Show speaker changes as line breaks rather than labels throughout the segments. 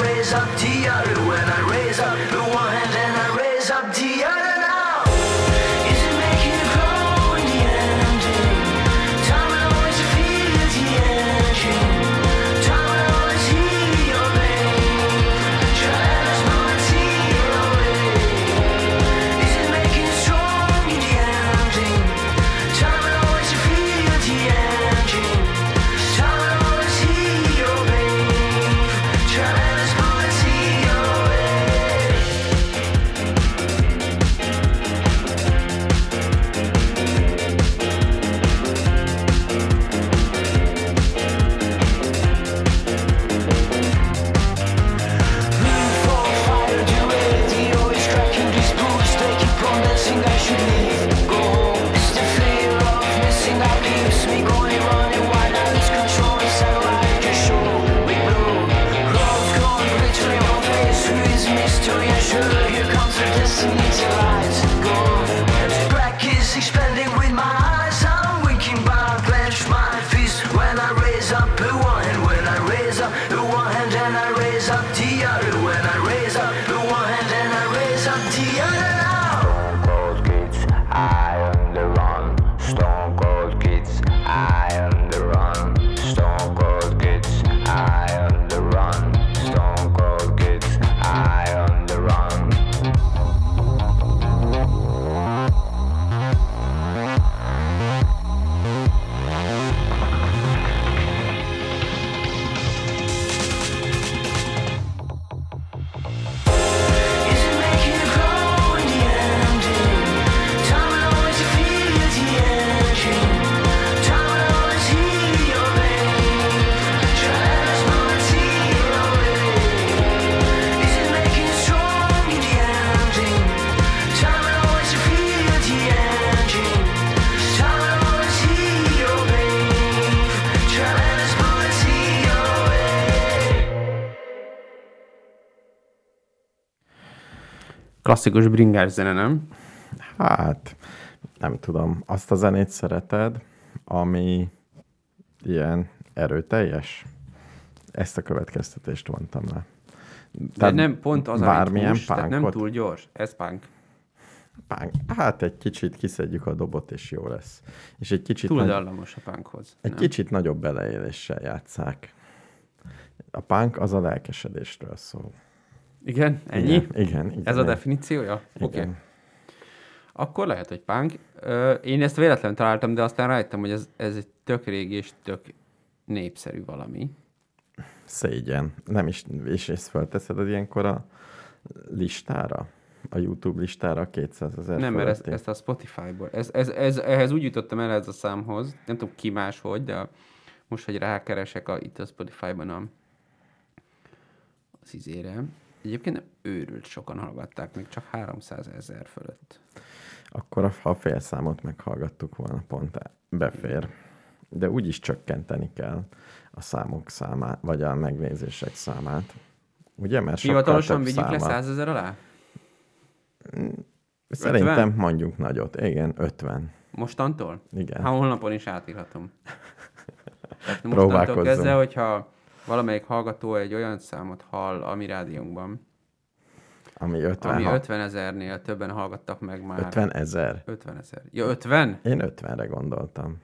raise up the other. When I raise up the one hand and I raise up the other now. Is it making you grow in the end? Time will always feel the energy. Time will always heal your pain. Try as much as you Is it making you strong in the ending? Time will always feel the energy. Time will always heal your pain. Try as much as you Expanding with my eyes, I'm winking, but I clench my fist when I raise up the one hand. When I raise up the one hand, and I raise up the other. When I raise up the one hand, and I raise up the other. Now.
Stone cold kids, I am the run. Stone cold kids, I am the run. Stone cold kids, I am the run. Stone cold kids, I am the run.
Is it making you grow in the ending? Time will always feel the energy. Time will always heal your pain. Try as much as Is it making you strong in the ending? Time will always feel the energy. Time will always heal your pain. Try as much as
Klasszikus bringás zene, nem?
Hát, nem tudom. Azt a zenét szereted, ami ilyen erőteljes? Ezt a következtetést vontam le.
De nem pont az a
bármilyen
ritmus, tehát nem
punkot.
túl gyors. Ez punk.
Pánk. Hát egy kicsit kiszedjük a dobot, és jó lesz. És egy kicsit,
Túl
nagy,
dallamos a punkhoz.
egy kicsit nagyobb beleéléssel játszák. A pánk az a lelkesedésről szól.
Igen? Ennyi?
Igen, igen, igen
Ez a
igen.
definíciója? Oké. Okay.
Igen.
Akkor lehet, hogy punk. Ö, Én ezt véletlenül találtam, de aztán rájöttem, hogy ez, ez egy tök régi és tök népszerű valami.
Szégyen. Nem is, és ezt fölteszed az ilyenkor a listára? A YouTube listára a 200 ezer
Nem, mert ezt,
fölötti?
ezt a Spotify-ból. Ez, ez, ez, ehhez úgy jutottam el ez a számhoz, nem tudom ki máshogy, de most, hogy rákeresek a, itt a Spotify-ban a, az izére. Egyébként nem őrült sokan hallgatták meg, csak 300 ezer fölött.
Akkor a- ha a félszámot meghallgattuk volna, pont e- befér. De úgyis csökkenteni kell a számok számát, vagy a megnézések számát. Ugye? Mert sokkal
Hivatalosan
több
vigyük le
száma-
100 ezer alá?
Szerintem
50?
mondjuk nagyot. Igen, 50.
Mostantól?
Igen.
Ha holnapon is átírhatom. Tehát mostantól
Próbálkozzunk.
kezdve, hogyha valamelyik hallgató egy olyan számot hall a mi rádiónkban,
Ami 50,
ami
ha-
50 ezernél többen hallgattak meg már.
50 ezer.
50 ezer. Ja, 50?
Én 50-re gondoltam.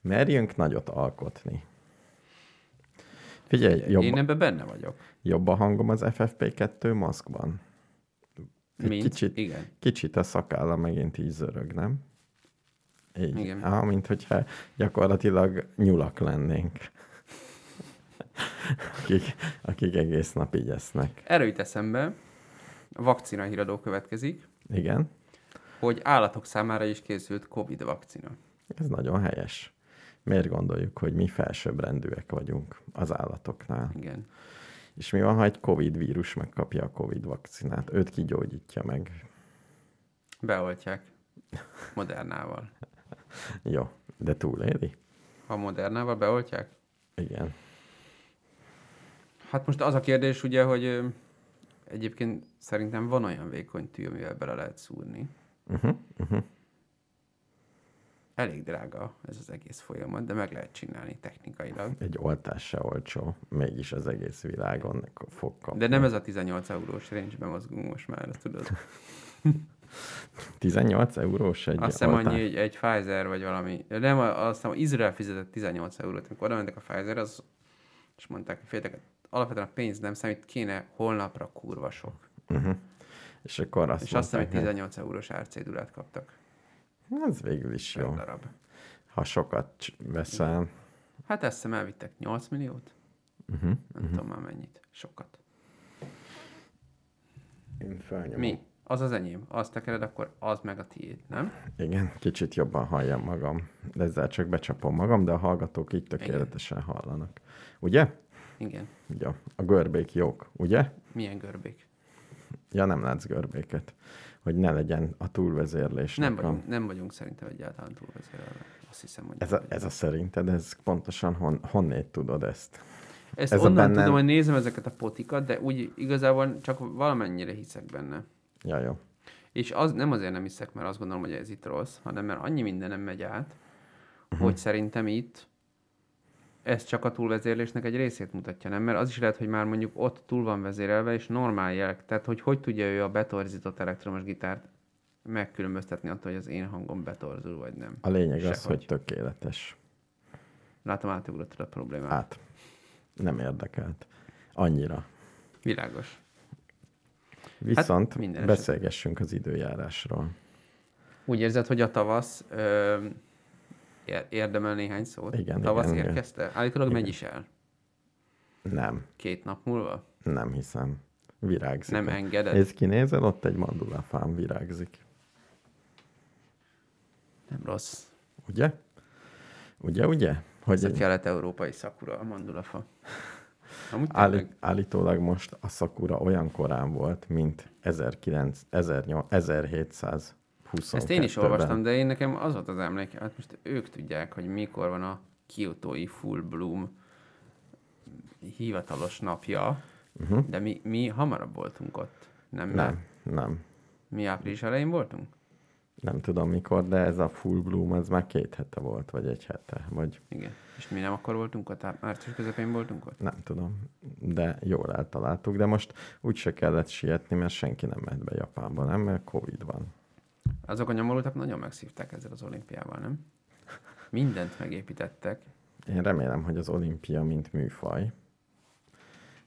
Merjünk nagyot alkotni. Figyelj, jobb,
Én ebben benne vagyok.
jobb a hangom az FFP2 maszkban. Egy
Mint?
kicsit.
Igen.
Kicsit a szakállam megint így zörög, nem? Így.
Igen.
Á, mint hogyha gyakorlatilag nyulak lennénk. akik, akik egész nap így esznek.
Erről jut eszembe, a vakcina híradó következik,
Igen,
hogy állatok számára is készült Covid vakcina.
ez nagyon helyes. Miért gondoljuk, hogy mi felsőbbrendűek vagyunk az állatoknál?
Igen.
És mi van, ha egy Covid vírus megkapja a Covid vakcinát? Őt kigyógyítja meg.
Beoltják Modernával.
Jó, de túléli?
Ha Modernával beoltják?
Igen.
Hát most az a kérdés ugye, hogy ö, egyébként szerintem van
Mhm,
olyan vékony tű, amivel bele lehet szúrni. Uh-huh, uh-huh. elég drága ez az egész folyamat, de meg lehet csinálni technikailag.
Egy oltás se olcsó, mégis az egész világon fog kapni.
De nem ez a 18 eurós range-ben mozgunk most már, ezt tudod.
18 eurós egy
Azt hiszem
oltás?
annyi, egy, egy Pfizer vagy valami. Nem, azt hiszem, Izrael fizetett 18 eurót, amikor oda mentek a Pfizer, az, és mondták, hogy féltek, hát alapvetően a pénz nem számít, kéne holnapra kurva sok.
Mhm. És akkor azt
és azt hiszem, hogy
mondták, hát.
18 eurós árcédulát kaptak.
hogy ez végül is
Jó.
jó.
Darab.
Ha sokat cs- veszel,
Hát azt hiszem elvittek 8 milliót.
Mhm.
Uh-huh, nem uh-huh. tudom már mennyit. Sokat.
én felnyomom.
Mi? Az az enyém. Azt tekered, akkor az meg a tiéd, nem?
Igen, kicsit jobban halljam magam. De ezzel csak becsapom magam, de a hallgatók így tökéletesen hallanak. Ugye?
Igen.
Jó. A görbék jók, ugye?
Milyen görbék?
Ja, nem látsz görbéket. Hogy ne legyen a túlvezérlés.
Nem vagyunk, nem vagyunk szerintem egyáltalán túl vezérelve. Azt hiszem, hogy
Ez
nem
a, ez a szerinted, ez pontosan hon, honnét tudod ezt?
Ezt
Ez
ez
a
onnan
bennem-
tudom, hogy nézem ezeket a potikat, de úgy igazából csak valamennyire hiszek benne.
Ja, jó.
És az nem azért nem hiszek, mert azt gondolom, hogy ez itt rossz, hanem mert annyi minden nem megy át,
Mhm.
uh-huh. hogy szerintem itt ez csak a túlvezérlésnek egy részét mutatja, nem? Mert az is lehet, hogy már mondjuk ott túl van vezérelve, és normál jelek. Tehát, hogy hogy tudja ő a betorzított elektromos gitárt megkülönböztetni attól, hogy az én hangom betorzul, vagy nem.
A lényeg az,
Sehogy.
hogy tökéletes.
Látom, átugrottad a problémát. Hát.
Hát, nem érdekelt. Annyira.
Világos.
Viszont
minden
hát
eset-
beszélgessünk az időjárásról.
Úgy érzed, hogy a tavasz ö, ér- érdemel néhány szót?
Igen,
Tavasz
igen, igen.
érkezte? Állítólag
Igen.
megy is el.
Nem,
Két nap múlva?
nem hiszem. Virágzik.
Nem engeded?
Ez kinézel, ott egy mandulafám virágzik.
Nem rossz.
Ugye? Ugye, ugye?
Ez
Hogy
a
egy,
kelet-európai szakura, a mandulafa. Amúgy
állí,
tényleg,
állítólag most a szakura olyan korán volt, mint 19, 18, 1722
ezt én is olvastam, de én nekem az volt az emléke, hát most ők tudják, hogy mikor van a kiotói full bloom hivatalos napja, uh-huh. de mi, mi hamarabb voltunk ott, nem?
Mhm. Nem, nem.
Mi április elején voltunk?
Nem tudom mikor, de ez a full bloom, ez már két hete volt, vagy egy hete, vagy
Igen. És mi nem akkor voltunk ott? Á- Március közepén voltunk ott?
nem tudom. De jól eltaláltuk, de most úgyse kellett sietni, mert senki nem mehet be Japánba, nem? Mert Covid van.
Azok a nyomorultak nagyon megszívták ezzel az olimpiával, nem? Mindent megépítettek.
Én remélem, hogy az olimpia, mint műfaj,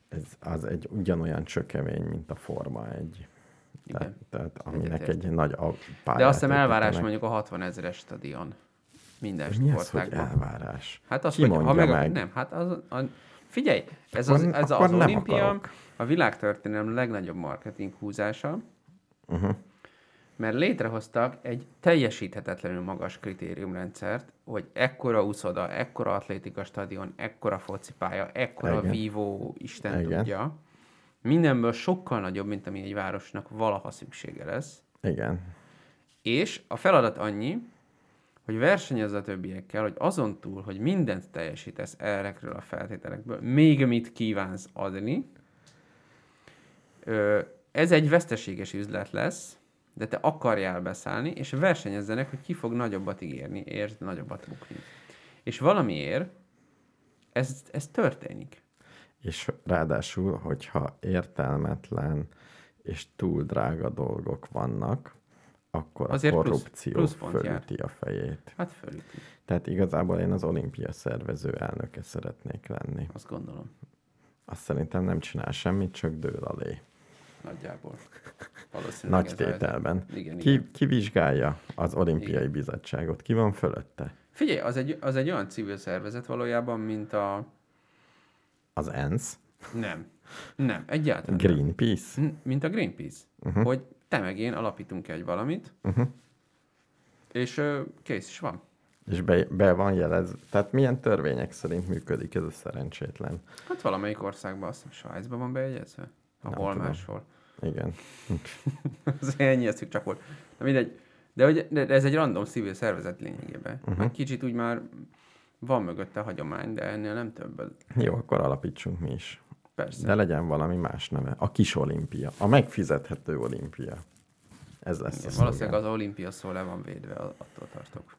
ez az egy ugyanolyan csökevény, mint a forma egy. Tehát,
Igen.
tehát aminek
Egyetértek.
egy nagy a- pályát
De azt hiszem elvárás
építenek.
mondjuk a 60 ezeres stadion. Minden
Mi az, hogy
sportágban.
elvárás?
Hát az,
Ki
hogy ha
mondja
meg,
meg?
Nem, hát az, a, figyelj, ez
Akkor-
az, ez
akkor
az
nem
olimpia
akarok.
a világtörténelem legnagyobb marketing húzása, uh-huh. mert létrehoztak egy teljesíthetetlenül magas kritériumrendszert, hogy ekkora úszoda, ekkora atlétika stadion, ekkora focipálya, ekkora
Igen.
vívó, Isten
Igen.
tudja. Mindenből sokkal nagyobb, mint ami egy városnak valaha szüksége lesz.
Igen.
És a feladat annyi, hogy versenyezz a többiekkel, hogy azon túl, hogy mindent teljesítesz errekről a feltételekből, még mit kívánsz adni. Ö, ez egy veszteséges üzlet lesz, de te akarjál beszállni, és versenyezzenek, hogy ki fog nagyobbat ígérni, és nagyobbat bukni. És valamiért ez, ez történik.
És ráadásul, hogyha értelmetlen és túl drága dolgok vannak, akkor
Azért
a
plusz-
korrupció
plusz pont jár.
fölüti a fejét.
Hát fölüti,
Tehát igazából én az olimpia szervező elnöke szeretnék lenni.
azt gondolom,
Azt szerintem nem csinál semmit, csak dől alé.
nagyjából. Valószínűleg
Nagy
ez a helyzet.
tételben.
Igen, igen.
Ki, ki vizsgálja az olimpiai igen. bizottságot? Ki van fölötte?
Figyelj, az egy, az egy olyan civil szervezet valójában, mint a...
Az ENSZ?
Nem. Nem, egyáltalán nem.
Greenpeace?
N- Mint a Greenpeace. Uh-huh. Hogy te meg én alapítunk egy valamit, uh-huh. és ö, kész is van.
És be, be van jelezve. Tehát milyen törvények szerint működik ez a szerencsétlen?
Hát valamelyik országban, azt hiszem Svájcban van bejegyezve. Ahol
tudom.
máshol.
Igen.
Az ennyi eszük csak volt. Na mindegy. De, hogy, de de ez egy random civil szervezet lényegében. Uh-huh. Már kicsit úgy már van mögötte hagyomány, de ennél nem több.
Jó, akkor alapítsunk mi is.
Persze.
De legyen valami más neve. A kis olimpia. A megfizethető olimpia. Ez lesz
Igen,
a
valószínűleg
szlogán.
az olimpia szó le van védve, a- attól tartok.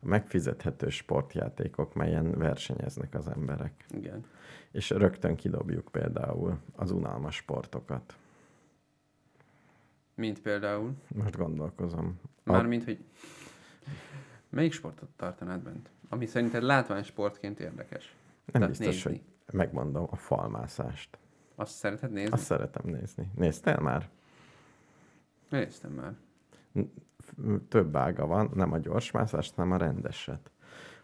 megfizethető sportjátékok, melyen versenyeznek az emberek.
Igen.
És rögtön kidobjuk például az unalmas sportokat.
Mint például.
Most gondolkozom. A-
Mármint, hogy melyik sportot tartanád bent? Ami szerinted látvány sportként érdekes.
nem
tehát
biztos,
nézni.
hogy megmondom a falmászást.
Azt szereted nézni?
Azt
Azt...
szeretem nézni. Néztél már?
Néztem már.
F- Több ága van, nem a gyorsmászást, hanem a rendeset.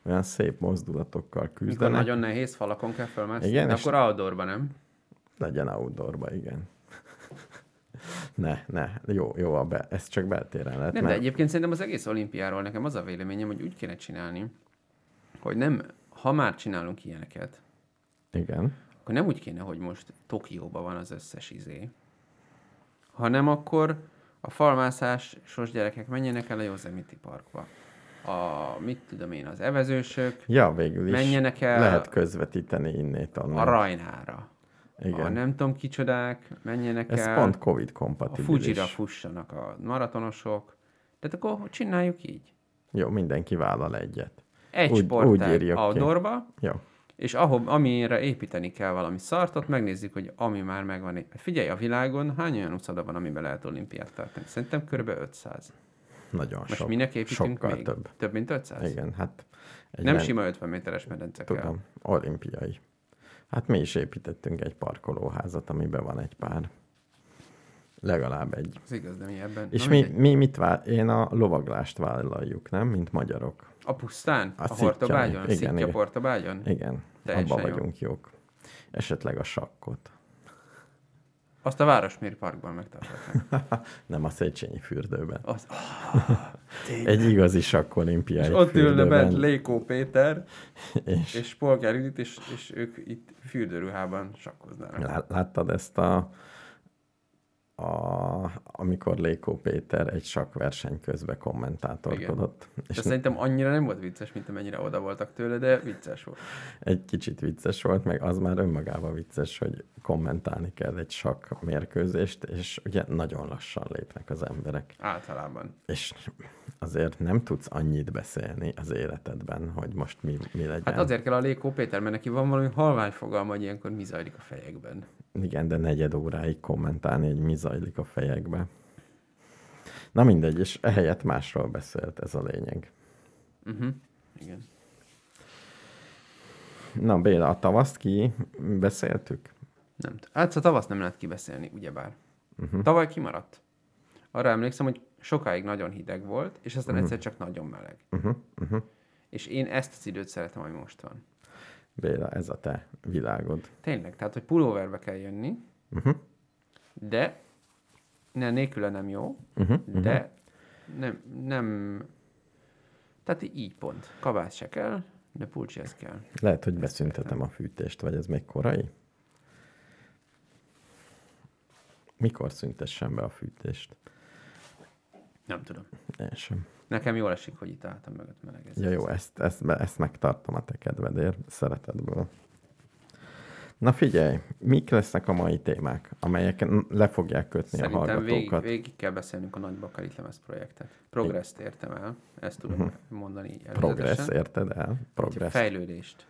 Olyan szép mozdulatokkal
Mikor
küzdenek.
nagyon nehéz falakon kell fölmászni,
Igen,
Igen, de
és- Hát
akkor outdoorban nem.
Legyen outdoorba, igen. ne, ne, jó, jó, a be, ez csak beltéren lehet.
Nem, de
mert-
egyébként szerintem az egész olimpiáról nekem az a véleményem, hogy úgy kéne csinálni, hogy nem, ha már csinálunk ilyeneket,
Igen.
akkor nem úgy kéne, hogy most Tokióban van az összes izé, hanem akkor a falmászásos gyerekek menjenek el a Yosemite Parkba. A, mit tudom én, az evezősök,
Ja, végül is
Menjenek el-
lehet közvetíteni innét onnan.
a Rajnára.
Igen.
A nem tudom kicsodák, menjenek
Ez
el.
pont Covid
a
kompatibilis.
Fujira fussanak a maratonosok. Tehát akkor csináljuk így.
Jó, mindenki vállal egyet.
Egy
Úgy-
úgy,
úgy
sportág
írjuk ki.
outdoorba,
Jó.
és ahol, amire építeni kell valami szartot, megnézzük, hogy ami már megvan. Figyelj, a világon hány olyan úszoda van, amiben lehet olimpiát tartani? Szerintem kb. 500.
Nagyon
Most
sok.
minek építünk
sokkal
még?
több.
Több mint 500?
Igen, hát egy
Nem
men-
sima 50 méteres medence kell.
Tudom, olimpiai. Hát mi is építettünk egy parkolóházat, amiben van egy pár. Legalább egy.
Ez igaz, de mi ebben?
És
Na
mi,
mindegy.
mi mit vár? Én a lovaglást vállaljuk, nem? Mint magyarok.
A pusztán? A, a
szitja
Hortobágyon?
még. Igen,
Szitja
igen.
Portobágyon?
Igen,
Teljesen
abban
jó.
vagyunk jók. Esetleg a sakkot.
Azt a Városmér Parkban megtartották.
Nem a Széchenyi fürdőben.
Az,
Egy igazi sakk olimpiai
És ott ülne bent
fürdőben.
Lékó Péter és,
És-
és Polgár Judit, és, és ők itt fürdőruhában sakkoznának.
Lá- Láttad ezt a, a amikor Lékó Péter egy sakverseny közben kommentátorkodott,
És
és
ez szerintem annyira nem volt vicces, mint amennyire oda voltak tőle, de vicces volt.
egy kicsit vicces volt, meg az már önmagában vicces, hogy kommentálni kell egy sak mérkőzést, és ugye nagyon lassan lépnek az emberek,
Általában.
és azért nem tudsz annyit beszélni az életedben, hogy most mi, mi legyen.
Hát azért kell a Lékó Péter, mert neki van valami halvány fogalma, hogy ilyenkor mi zajlik a fejekben.
Igen, de negyed óráig kommentálni, hogy mi zajlik a fejekbe. Na mindegy, és ehelyett másról beszélt, ez a lényeg.
Uh-huh. Igen.
Na Béla, a tavaszt ki beszéltük?
Nem. t- Hát a tavaszt nem lehet kibeszélni, ugyebár. Uh-huh. Tavaly kimaradt. Arra emlékszem, hogy sokáig nagyon hideg volt, és aztán uh-huh. egyszer csak nagyon meleg. Uh-huh. Uh-huh. És én ezt az időt szeretem, ami most van.
Béla, ez a te világod.
Tényleg, tehát, hogy pulóverbe kell jönni, uh-huh.
Mhm.
de ne, nélküle nem jó,
Mhm,
uh-huh. de nem, nem, tehát í- így pont. Kabát se kell, de pulcsi ez kell.
Lehet, hogy beszüntetem a fűtést, vagy ez még korai? Mikor szüntessem be a fűtést?
Nem tudom.
Én sem.
Nekem jól esik, hogy itt álltam mögött melegez.
Ja jó, hát ezt, ezt, be- ezt megtartom a te kedvedért, szeretetből. Na figyelj, mik lesznek a mai témák, amelyek n- le fogják kötni a
Szerintem végig,
hallgatókat?
végig kell beszélnünk a Nagy Bakarit lemez projektet. Progresszt értem el, ezt tudom uh-huh.
Mhm.
mondani előzetesen.
Progress, érted el?
Hogyha
Progress.
Fejlődést.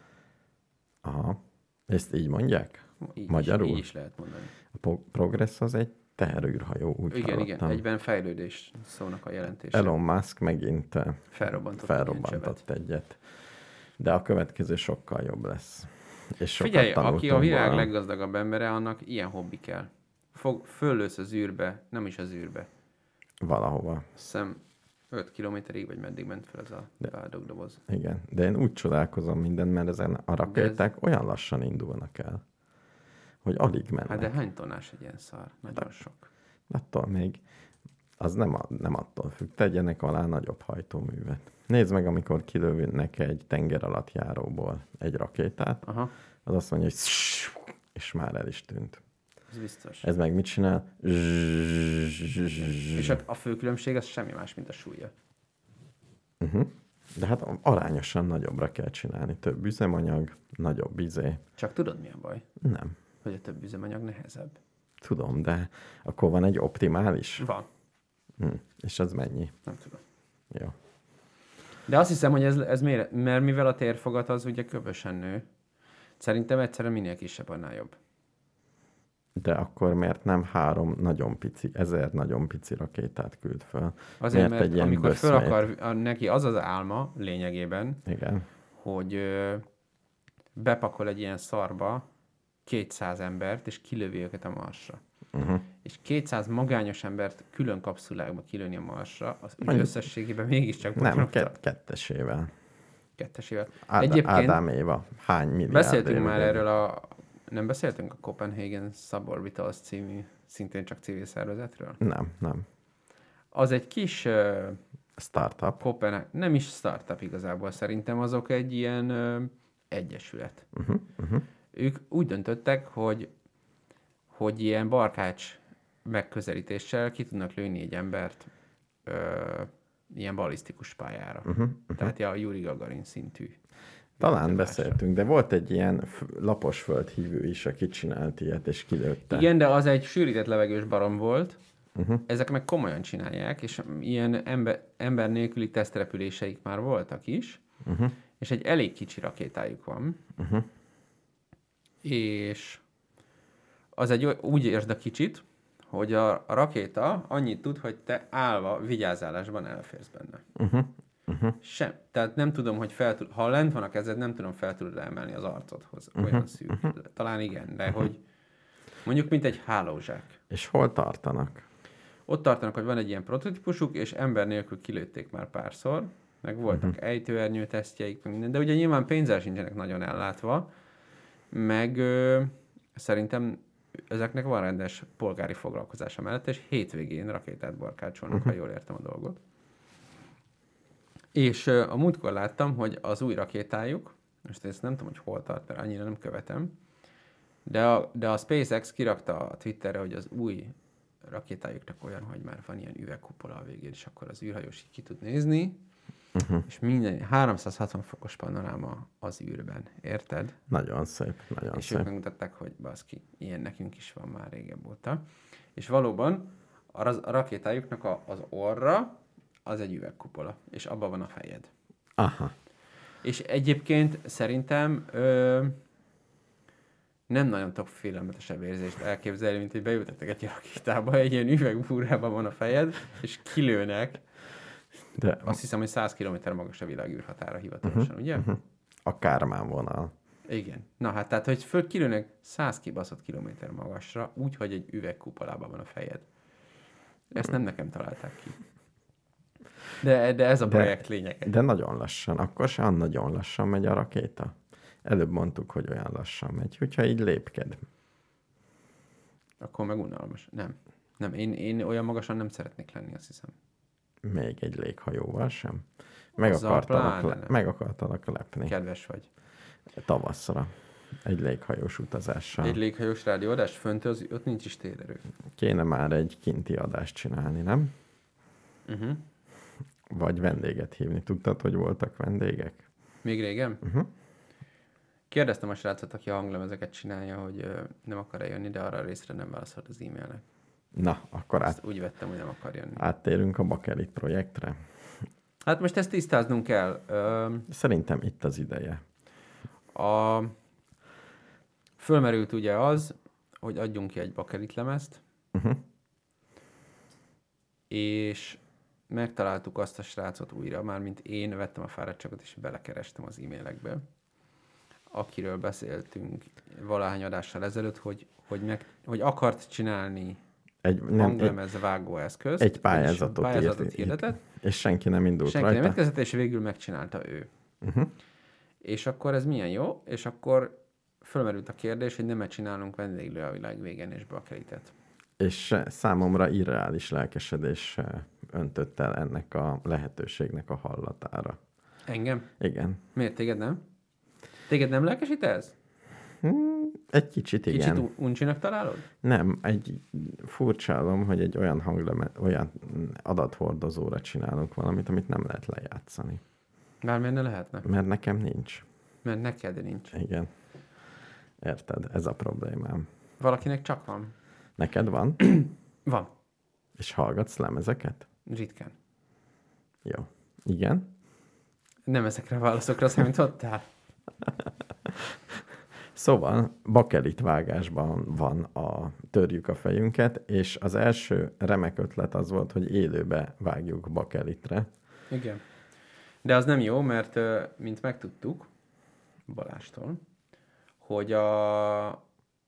Aha. Ezt így mondják?
Így
Magyarul?
Is, így is lehet mondani.
A po- Progress az egy teherűrhajó, úgy
Igen, igen,
hallottam.
egyben fejlődés szónak a jelentése.
Elon Musk megint eh,
Felrobbantott. egy ilyen csövet.
felrobbantott egyet. De a következő sokkal jobb lesz. És sokat
Figyelj, aki a
tanultunk
világ
volna.
leggazdagabb embere, annak ilyen hobbi kell. Fog, föllősz az űrbe, nem is az űrbe.
Valahova.
Azt hiszem 5 kilométerig, vagy meddig ment fel ez a bádogdoboz.
Igen, de én úgy csodálkozom minden, mert ezen a rakéták olyan lassan indulnak el, hogy alig mennek.
Hát
Hát
de hány tonás egy ilyen szar? Nagyon sok.
Attól még az nem, a, nem attól függ. Tegyenek alá nagyobb hajtóművet. Nézd meg, amikor kilőnek egy tenger alatt járóból egy rakétát,
Aha,
az azt mondja, hogy "Sss", és már el is tűnt.
ez biztos.
Ez meg mit csinál? Zzzz.
És a, a fő különbség az semmi más, mint a súlya.
De hát arányosan nagyobbra kell csinálni. Több üzemanyag, nagyobb izé.
Csak tudod, mi a baj?
Nem.
Hogy a több üzemanyag nehezebb.
Tudom, de akkor van egy optimális.
Van.
Hm. És az mennyi?
Nem tudom.
Jó.
De azt hiszem, hogy ez, ez miért? Mert mivel a térfogat az ugye kövösen nő, szerintem egyszerűen minél kisebb, annál jobb.
De akkor miért nem három nagyon pici, ezért nagyon pici rakétát küld föl?
Azért, mert, mert amikor föl
böszmét?
akar, a- neki az az álma lényegében,
Igen.
hogy ö, bepakol egy ilyen szarba 200 embert, és kilövi őket a marsra.
Mhm.
Uh-huh. És 200 magányos embert külön kapszulákba kilőni a marsra, az úgy összességében mégiscsak
Nem,
botrányosabb.
ke- kettesével.
kettesével.
Ád-
Egyébként
Ádám Éva. Hány milliárd
beszéltünk
éve
már
él?
erről a... Nem beszéltünk a Copenhagen Suborbitals című, szintén csak civil szervezetről?
Nem, nem.
Az egy kis ö,
Startup.
Kopenhág, nem is startup igazából, szerintem azok egy ilyen ö, egyesület. Uh-huh, uh-huh. Ők úgy döntöttek, hogy, hogy ilyen barkács megközelítéssel ki tudnak lőni egy embert ö, ilyen balisztikus pályára. Uh-huh, uh-huh. Tehát ilyen a Yuri Gagarin szintű.
Talán beszéltünk, de volt egy ilyen f- lapos földhívő is, aki csinált ilyet, és kilőtte.
Igen, de az egy sűrített levegős barom volt, uh-huh. ezek meg komolyan csinálják, és ilyen ember, ember nélküli tesztrepüléseik már voltak is, uh-huh. és egy elég kicsi rakétájuk van, uh-huh. és az egy oly- úgy értsd a kicsit, hogy a, a rakéta annyit tud, hogy te állva vigyázálásban elférsz benne. Uh-huh. Uh-huh. Sem. Tehát nem tudom, hogy fel tud, ha lent van a kezed, nem tudom, fel tudod emelni az arcodhoz. Olyan uh-huh. szűk. Talán igen, de hogy mondjuk, mint egy hálózsák.
És hol tartanak?
Ott tartanak, hogy van egy ilyen prototípusuk, és ember nélkül kilőtték már párszor, meg voltak uh-huh. ejtőernyő tesztjeik, meg minden, de ugye nyilván pénzzel sincsenek nagyon ellátva, meg ö, szerintem ezeknek van rendes polgári foglalkozása mellett, és hétvégén rakétát barkácsolnak, uh-huh. ha jól értem a dolgot. És ö, a múltkor láttam, hogy az új rakétájuk, most ezt nem tudom, hogy hol tart, mert annyira nem követem, de a, de a SpaceX kirakta a Twitterre, hogy az új rakétájuknak olyan, hogy már van ilyen üvegkupola a végén, és akkor az űrhajós így ki tud nézni, uh-huh. és minden 360 fokos panoráma az űrben, érted?
Nagyon szép, nagyon
És ők
szép.
megmutatták, hogy baszki, ilyen nekünk is van már régebb óta. És valóban a, raz- a rakétájuknak a, az orra az egy üvegkupola, és abban van a fejed.
Aha.
És egyébként szerintem ö, nem nagyon tudok félelmetesebb érzést elképzelni, mint hogy beültetek egy rakétába, egy ilyen üvegbúrában van a fejed, és kilőnek.
De
Azt hiszem, hogy 100 km magas a világ űrhatára hivatalosan, uh-huh. ugye? Uh-huh.
a Kármán vonal.
Igen. Na hát, tehát, hogy föl kilőnek 100 kibaszott kilométer magasra, úgyhogy egy üvegkupolában van a fejed. Ezt nem nekem találták ki. De, de ez a projekt lényege.
De nagyon lassan. Akkor se olyan nagyon lassan megy a rakéta. Előbb mondtuk, hogy olyan lassan megy, hogyha így lépked.
Akkor meg unalmas. Nem. Nem, én, én olyan magasan nem szeretnék lenni, azt hiszem.
Még egy léghajóval sem. Meg
Azzal
akartalak,
pláne
le,
nem.
meg akartalak lepni
Kedves vagy.
tavaszra. Egy léghajós utazással.
Egy léghajós rádióadás, fönt az, ott nincs is térerő.
Kéne már egy kinti adást csinálni, nem?
Uh-huh.
Vagy vendéget hívni. Tudtad, hogy voltak vendégek?
Még régen? Uh-huh. Kérdeztem a srácot, aki a hanglemezeket csinálja, hogy ö, nem akar eljönni, de arra a részre nem válaszolt az e-mailnek.
Na, akkor át,
Ezt úgy vettem, hogy nem akar jönni.
áttérünk a Bakelit projektre.
Hát most ezt tisztáznunk kell. Ö,
Szerintem itt az ideje.
A... Fölmerült ugye az, hogy adjunk ki egy bakelit lemezt,
Mhm.
és megtaláltuk azt a srácot újra, mármint én vettem a fáradtságot, és belekerestem az e-mailekbe, akiről beszéltünk valahány adással ezelőtt, hogy, hogy, meg, hogy akart csinálni
Egy, nem, egy,
hanglemez vágóeszközt.
egy
és
pályázatot,
pályázatot
írt-
hirdetett,
És senki nem indult
Senki
rajta.
nem érkezett, és végül megcsinálta ő.
Mhm.
És akkor ez milyen jó, és akkor fölmerült a kérdés, hogy nem-e csinálunk vendéglő a világ végén és bakelit.
És eh, számomra irreális lelkesedés eh, öntött el ennek a lehetőségnek a hallatára.
Engem?
Igen.
Miért téged nem? Téged nem lelkesít ez?
Hm, Egy kicsit igen.
Kicsit u- uncsinak találod?
Nem, egy furcsálom, hogy egy olyan hangleme, olyan adathordozóra csinálunk valamit, amit nem lehet lejátszani.
Bármilyen ne lehetne,
Mert nekem nincs.
mert neked nincs.
Igen. Érted? Ez a problémám.
Valakinek csak van.
Neked van?
Van.
És hallgatsz lemezeket?
Ritkán.
Jó. Igen?
Nem ezekre a válaszokra számítottál?
Szóval bakelit vágásban van a törjük a fejünket, és az első remek ötlet az volt, hogy élőbe vágjuk bakelitre.
Igen. De az nem jó, mert ö, mint megtudtuk Balástól, hogy a,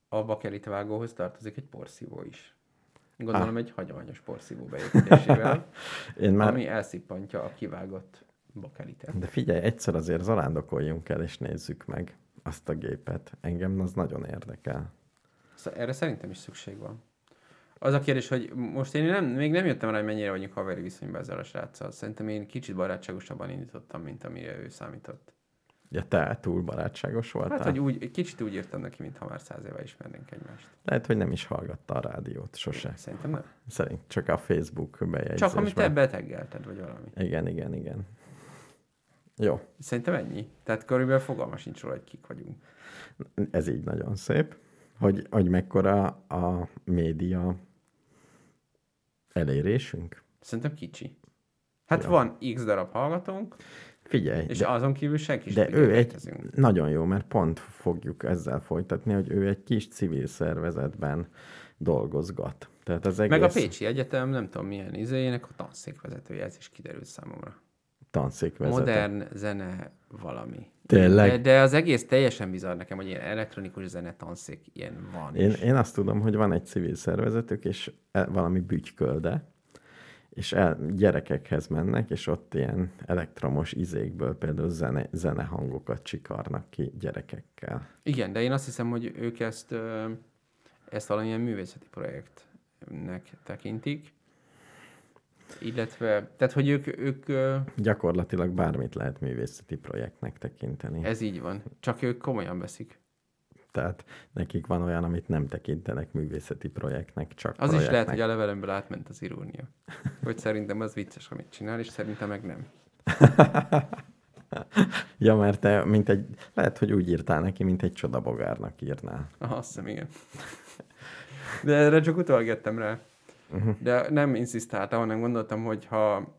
a bakelit vágóhoz tartozik egy porszívó is. Gondolom egy hagyományos porszívó beépítésével,
Én már...
Már... ami elszippantja a kivágott bakelitet.
De figyelj, egyszer azért zarándokoljunk el, és nézzük meg azt a gépet. Engem az nagyon érdekel.
Szóval erre szerintem is szükség van. Az a kérdés, hogy most én nem, még nem jöttem rá, hogy mennyire vagyunk haveri viszonyban ezzel a sráccal. Szerintem én kicsit barátságosabban indítottam, mint amire ő számított.
Ugye te túl barátságos voltál?
Hát, hogy úgy, kicsit úgy írtam neki, mintha már száz éve ismernénk egymást.
Lehet, hogy nem is hallgatta a rádiót sose.
Szerintem nem.
Szerint csak a Facebook bejegyzésben.
Csak amit te beteggelted, vagy valami.
Igen, igen, igen. Jó,
Szerintem ennyi. Tehát körülbelül fogalma sincs róla, hogy kik vagyunk.
ez így nagyon szép, hogy, hogy mekkora a média elérésünk.
Szerintem kicsi. Hát ja. van x darab hallgatónk,
Figyelj,
és
de,
azon kívül senki sem
de
tudja,
ő
hogy
egy
létezünk.
nagyon jó, mert pont fogjuk ezzel folytatni, hogy ő egy kis civil szervezetben dolgozgat. Tehát az egész
Meg a Pécsi Egyetem, nem tudom milyen izéjének, a tanszékvezetője, ez is kiderült számomra.
tanszékvezető.
Modern zene valami.
Tényleg?
De, de az egész teljesen bizarr nekem, hogy ilyen elektronikus zene tanszék ilyen van.
Én,
is.
én azt tudom, hogy van egy civil szervezetük, és e- valami bütykölde, és el, gyerekekhez mennek, és ott ilyen elektromos izékből például zene, zenehangokat csikarnak ki gyerekekkel.
Igen, de én azt hiszem, hogy ők ezt, ö, ezt valamilyen művészeti projektnek tekintik. Illetve, tehát hogy ők, ők ö,
Gyakorlatilag bármit lehet művészeti projektnek tekinteni.
ez így van, csak ők komolyan veszik.
Tehát nekik van olyan, amit nem tekintenek művészeti projektnek, csak
Az is
projektnek.
lehet, hogy a levelemből átment az irónia. Hogy szerintem az vicces, amit csinál, és szerintem meg nem.
Ja, mert te, mint egy, lehet, hogy úgy írtál neki, mint egy csodabogárnak írnál.
Aha, azt hiszem, igen. De erre csak utólag jöttem rá.
Mhm.
De nem inszisztáltam, hanem gondoltam, hogy ha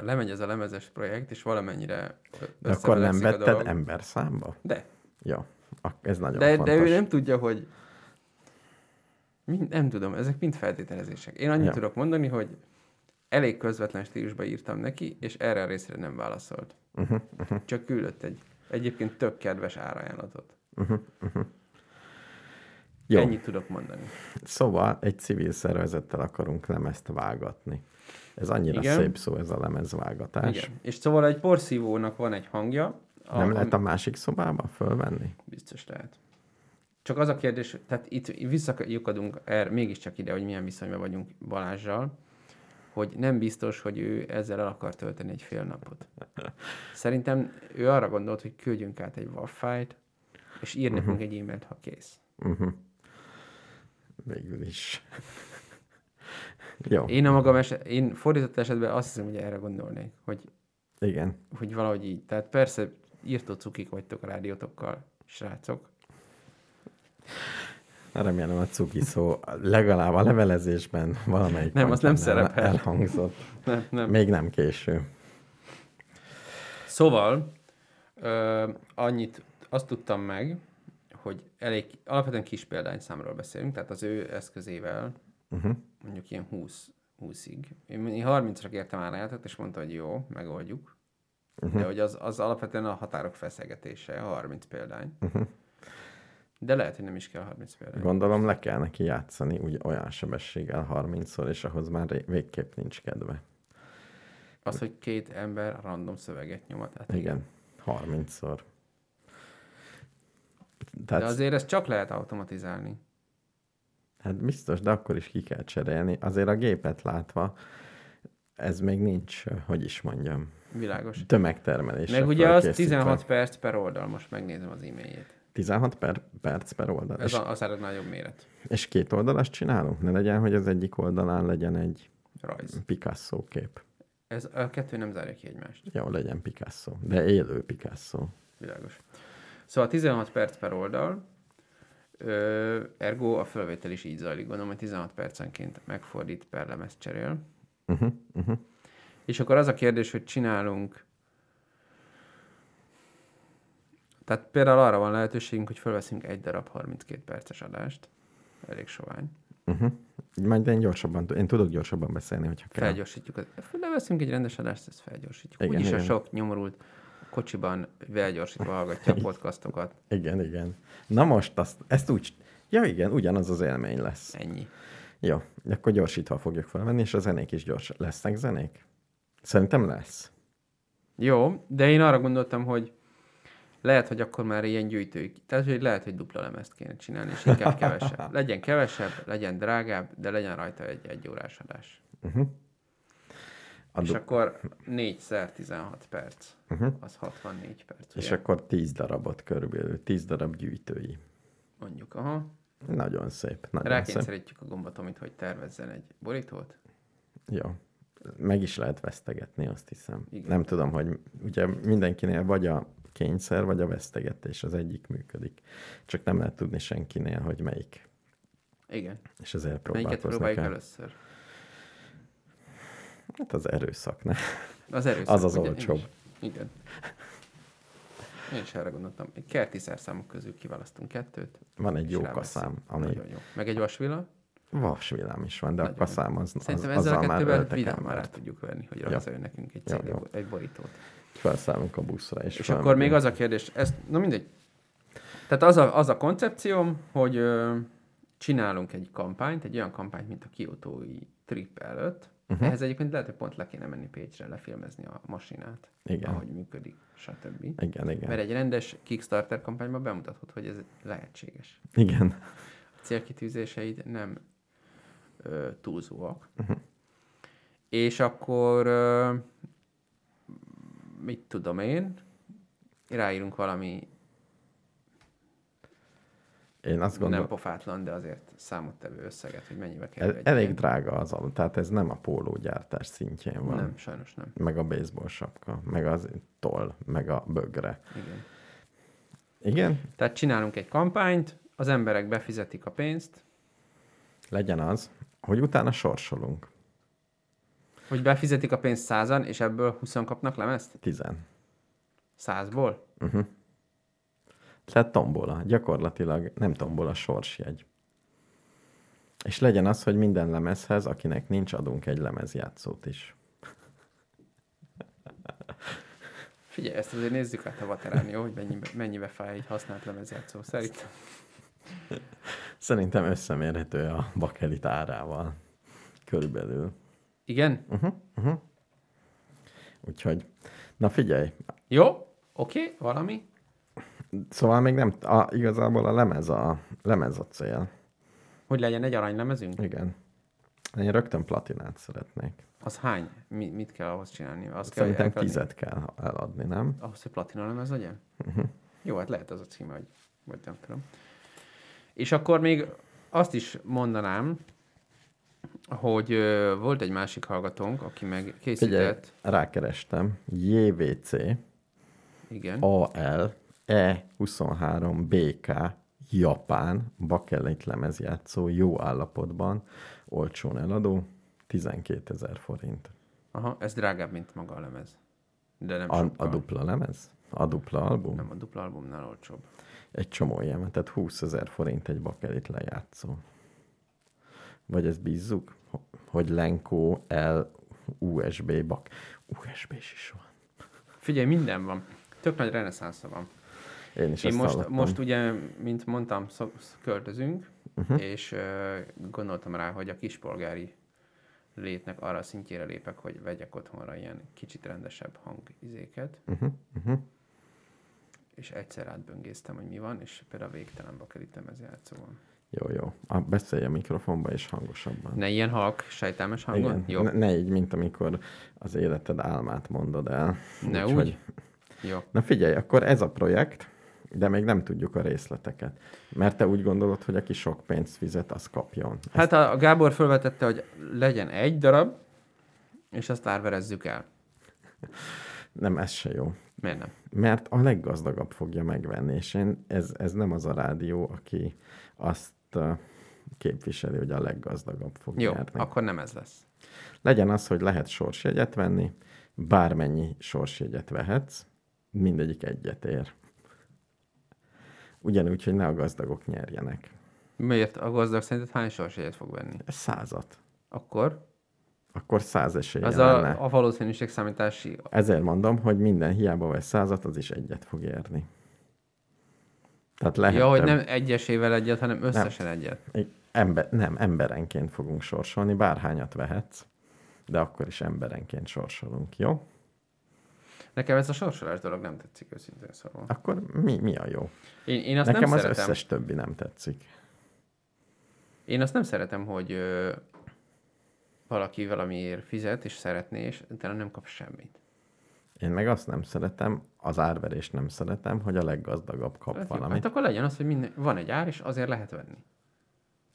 lemegy ez a lemezes projekt, és valamennyire
De akkor nem
összevelekszik a
vetted
dolog.
ember számba?
De,
Ja, ak- ez nagyon
de, de
fontos.
ő nem tudja, hogy... Mind, nem tudom, ezek mind feltételezések. Én annyit
Ja.
tudok mondani, hogy elég közvetlen stílusba írtam neki, és erre a részre nem válaszolt.
Uh-huh, uh-huh.
Csak küldött egy egyébként tök kedves árajánlatot.
Jó, Ennyi.
Ennyit tudok mondani.
szóval egy civil szervezettel akarunk lemezt vágatni. Ez annyira Igen.
Igen.
szép szó, ez a lemezvágatás. Igen.
Igen. És szóval egy porszívónak van egy hangja. A,
Nem hát lehet a másik szobába fölvenni?
Biztos lehet. Csak az a kérdés, tehát itt visszakadunk er, mégiscsak ide, hogy milyen viszonyban vagyunk Balázsral, hogy nem biztos, hogy ő ezzel el akar tölteni egy fél napot. Szerintem ő arra gondolt, hogy küldjünk át egy waffájt, és ír nekünk egy e-mailt, ha kész.
Uh-huh. Végül is. Jó,
Én a magam eset, én fordított esetben azt hiszem, hogy erre gondolnék, hogy,
igen.
hogy valahogy így. Tehát persze írtó cukik vagytok a rádiótokkal, srácok,
Remélem a cuki szó legalább a levelezésben valamelyik
Nem, az nem
pontján el-
szerepel.
elhangzott.
Nem, nem.
Még nem késő.
Szóval, ö, annyit azt tudtam meg, hogy elég, alapvetően kis példányszámról beszélünk, tehát az ő eszközével
Uh-huh.
mondjuk ilyen 20, 20-ig. Én, én 30-ra kértem árajátát, és mondta, hogy jó, megoldjuk. Uh-huh. De hogy az, az alapvetően a határok feszegetése, a 30 példány. Uh-huh. De lehet, hogy nem is kell 30 példány.
Gondolom le kell neki játszani úgy olyan sebességgel 30-szor, és ahhoz már ré- végképp nincs kedve.
Az, hogy két ember random szöveget nyomat. Hát
Igen, 30-szor. Tehát,
De azért ezt csak lehet automatizálni.
hát biztos, de akkor is ki kell cserélni. Azért a gépet látva, ez még nincs, hogy is mondjam,
Világos.
tömegtermelés.
Meg ugye az 16 perc per oldal, most megnézem az e-mailjét.
16 per, perc per oldal.
Ez
És,
a, az a legnagyobb méret.
és két oldalas csinálunk? Ne legyen, hogy az egyik oldalán legyen egy
Rajz.
Picasso kép.
Ez a kettő nem zárja ki egymást.
Jó, legyen Picasso, de élő Picasso.
Világos. Szóval 16 perc per oldal, ö, ergo a fölvétel is így zajlik, gondolom, hogy 16 percenként megfordít per lemez cserél.
Uh-huh, uh-huh.
És akkor az a kérdés, hogy csinálunk Tehát például arra van lehetőségünk, hogy felveszünk egy darab 32 perces adást. Elég sovány.
Uh-huh. Majd én gyorsabban, én tudok gyorsabban beszélni, hogyha kell.
Felgyorsítjuk. az- Leveszünk egy rendes adást, ezt felgyorsítjuk.
Igen,
Igen, Úgyis
igen.
a sok nyomorult kocsiban felgyorsítva hallgatja a podcastokat.
Igen, igen. Na most azt, ezt úgy, ja igen, ugyanaz az élmény lesz.
Ennyi.
Jó, akkor gyorsítva fogjuk felvenni, és a zenék is gyors. Lesznek zenék? Szerintem lesz.
Jó, de én arra gondoltam, hogy lehet, hogy akkor már ilyen gyűjtői. Tehát, hogy lehet, hogy dupla lemezt kéne csinálni, és inkább kevesebb. Legyen kevesebb, legyen drágább, de legyen rajta egy egy órás adás.
A
És
du- Mhm.
akkor 4 16 perc, uh-huh. az 64 perc,
és
ugye?
akkor tíz darabot körülbelül, tíz darab gyűjtői.
mondjuk, aha.
Nagyon szép, nagyon szép.
Rákényszerítjük a gombatomit, hogy tervezzen egy borítót.
Jó. Meg is lehet vesztegetni, azt hiszem. Igen.
Igen.
Nem tudom, hogy ugye mindenkinél vagy a kényszer, vagy a vesztegetés az egyik működik. Csak nem lehet tudni senkinél, hogy melyik.
Igen.
És ezért
Melyiket
próbálkoznak
próbáljuk
el.
először?
Hát az erőszak, ne?
Az erőszak.
Az az
ugye? Én
olcsóbb.
is. Igen. Én is erre gondoltam. Egy kerti szerszámok közül kiválasztunk kettőt.
Van egy
és
jó
ráveszünk.
kaszám, ami
Nagyon jó. Meg egy vasvilla.
vasvillám is van, de a
Nagyon jó.
kaszám az, az
Szerintem ezzel a
azzal már
kettővel
öltek
vidám már át
embert.
tudjuk venni, hogy
Ja.
rajzoljon nekünk egy,
Jó,
CD,
jó.
bo- egy borítót.
Felszállunk a buszra, és,
És
felmegyünk.
akkor még az a kérdés, ezt, na mindegy. Tehát az a, az a koncepcióm, hogy ö, csinálunk egy kampányt, egy olyan kampányt, mint a kiotói trip előtt.
Mhm.
Uh-huh. Ehhez egyébként lehet, hogy pont le kéne menni Pécsre lefilmezni a masinát,
Igen.
ahogy működik, stb.
Igen, igen.
Mert egy rendes Kickstarter kampányban bemutatod, hogy ez lehetséges.
Igen.
A célkitűzéseid nem ö, túlzóak.
Mhm.
Uh-huh. És akkor, ö, mit tudom én, ráírunk valami
Én azt
Gondol. nem
gondolom,
pofátlan, de azért számottevő összeget, hogy mennyibe kerül
Ez
egy
elég
ilyen.
drága az alu, tehát ez nem a pólógyártás szintjén van.
Nem, sajnos nem.
Meg a baseball sapka, meg az toll, meg a bögre.
Igen.
Igen,
Tehát csinálunk egy kampányt, az emberek befizetik a pénzt,
legyen az, hogy utána sorsolunk.
hogy befizetik a pénzt százan, és ebből 20 kapnak lemezt?
Tizen.
Százból?
Tehát tombola, gyakorlatilag nem tombola, sorsjegy. És legyen az, hogy minden lemezhez, akinek nincs, adunk egy lemezjátszót is.
Figyelj, ezt azért nézzük át a vaterán, jó, hogy mennyibe, mennyibe fáj egy használt lemezjátszó. Szerintem
Szerintem összemérhető a bakelit árával. Körülbelül.
Igen? Uh-huh.
Úgyhogy, na figyelj,
Jó? Oké, okay, valami?
Szóval még nem, a, igazából a lemez a, lemez a cél.
Hogy legyen egy aranylemezünk?
Igen. Én rögtön platinát szeretnék.
Az hány? Mi, mit kell ahhoz csinálni? Azt kell, hogy
Szerintem
elkapni?
tizet kell eladni, nem?
Ahhoz, hogy platina lemez legyen? Uh-huh.
Mhm.
Jó, hát lehet az a címe, hogy, vagy nem tudom. És akkor még azt is mondanám, hogy ö, volt egy másik hallgatónk, aki meg
Figyelj,
készített.
rákerestem. JVC
Mhm. Igen.
AL E E23 BK Japán bakelit lemezjátszó jó állapotban, olcsón eladó, 12 ezer forint.
Aha, ez drágább, mint maga a lemez. De nem
A,
sokkal.
a dupla lemez? A dupla album?
Nem, a dupla albumnál olcsóbb.
Egy csomó ilyen, tehát 20 ezer forint egy bakelit lejátszó. Vagy ezt bízzuk, hogy Lenko L USB bak. USB -s is van.
Figyelj, minden van. Tök nagy reneszánsza van.
Én is
Én
ezt
most,
hallottam.
most ugye, mint mondtam, szok, költözünk,
Mhm.
uh-huh. és ö, gondoltam rá, hogy a kispolgári létnek arra a szintjére lépek, hogy vegyek otthonra ilyen kicsit rendesebb hangizéket. Uh-huh.
Mhm,
Uh-huh. És egyszer átböngésztem, hogy mi van, és például a végtelen bakerítem ez játszóban.
Jó, jó. A, beszélj a mikrofonba és hangosabban.
Ne ilyen halk, sejtelmes hangon?
Igen.
Jó.
Ne, ne így, mint amikor az életed álmát mondod el.
Ne
Úgyhogy-
úgy? Jó.
Na figyelj, akkor ez a projekt, de még nem tudjuk a részleteket. Mert te úgy gondolod, hogy aki sok pénzt fizet, az kapjon.
Hát a a Gábor felvetette, hogy legyen egy darab, és azt árverezzük el.
Nem, ez se jó.
Miért nem?
mert a leggazdagabb fogja megvenni, és én, ez, ez nem az a rádió, aki azt ö, képviseli, hogy a leggazdagabb fog
Jó,
nyerni.
akkor nem ez lesz.
Legyen az, hogy lehet sorsjegyet venni, bármennyi sorsjegyet vehetsz, mindegyik egyet ér. Ugyanúgy, hogy ne a gazdagok nyerjenek.
Miért? A gazdag szerinted hány sorsjegyet fog venni?
Ez Százat.
Akkor?
Akkor száz esélye
Az
lenne.
a, a valószínűség számítási...
Ezért mondom, hogy minden hiába vagy százat, az is egyet fog érni. Tehát lehet
Ja, hogy
több-
nem egyesével egyet, hanem összesen egyet.
Egy Ember, nem, emberenként fogunk sorsolni, bárhányat vehetsz, de akkor is emberenként sorsolunk, jó?
Nekem ez a sorsolás dolog nem tetszik őszintén szóval.
Akkor mi, mi a jó?
Én, én azt
Nekem
nem
az
szeretem.
összes többi nem tetszik.
Én azt nem szeretem, hogy ö, valaki valamiért fizet, és szeretné, és utána nem kap semmit.
Én meg azt nem szeretem, az árverést nem szeretem, hogy a leggazdagabb kap
Hát, jó,
valamit,
hát akkor legyen az, hogy minden, van egy ár, és azért lehet venni.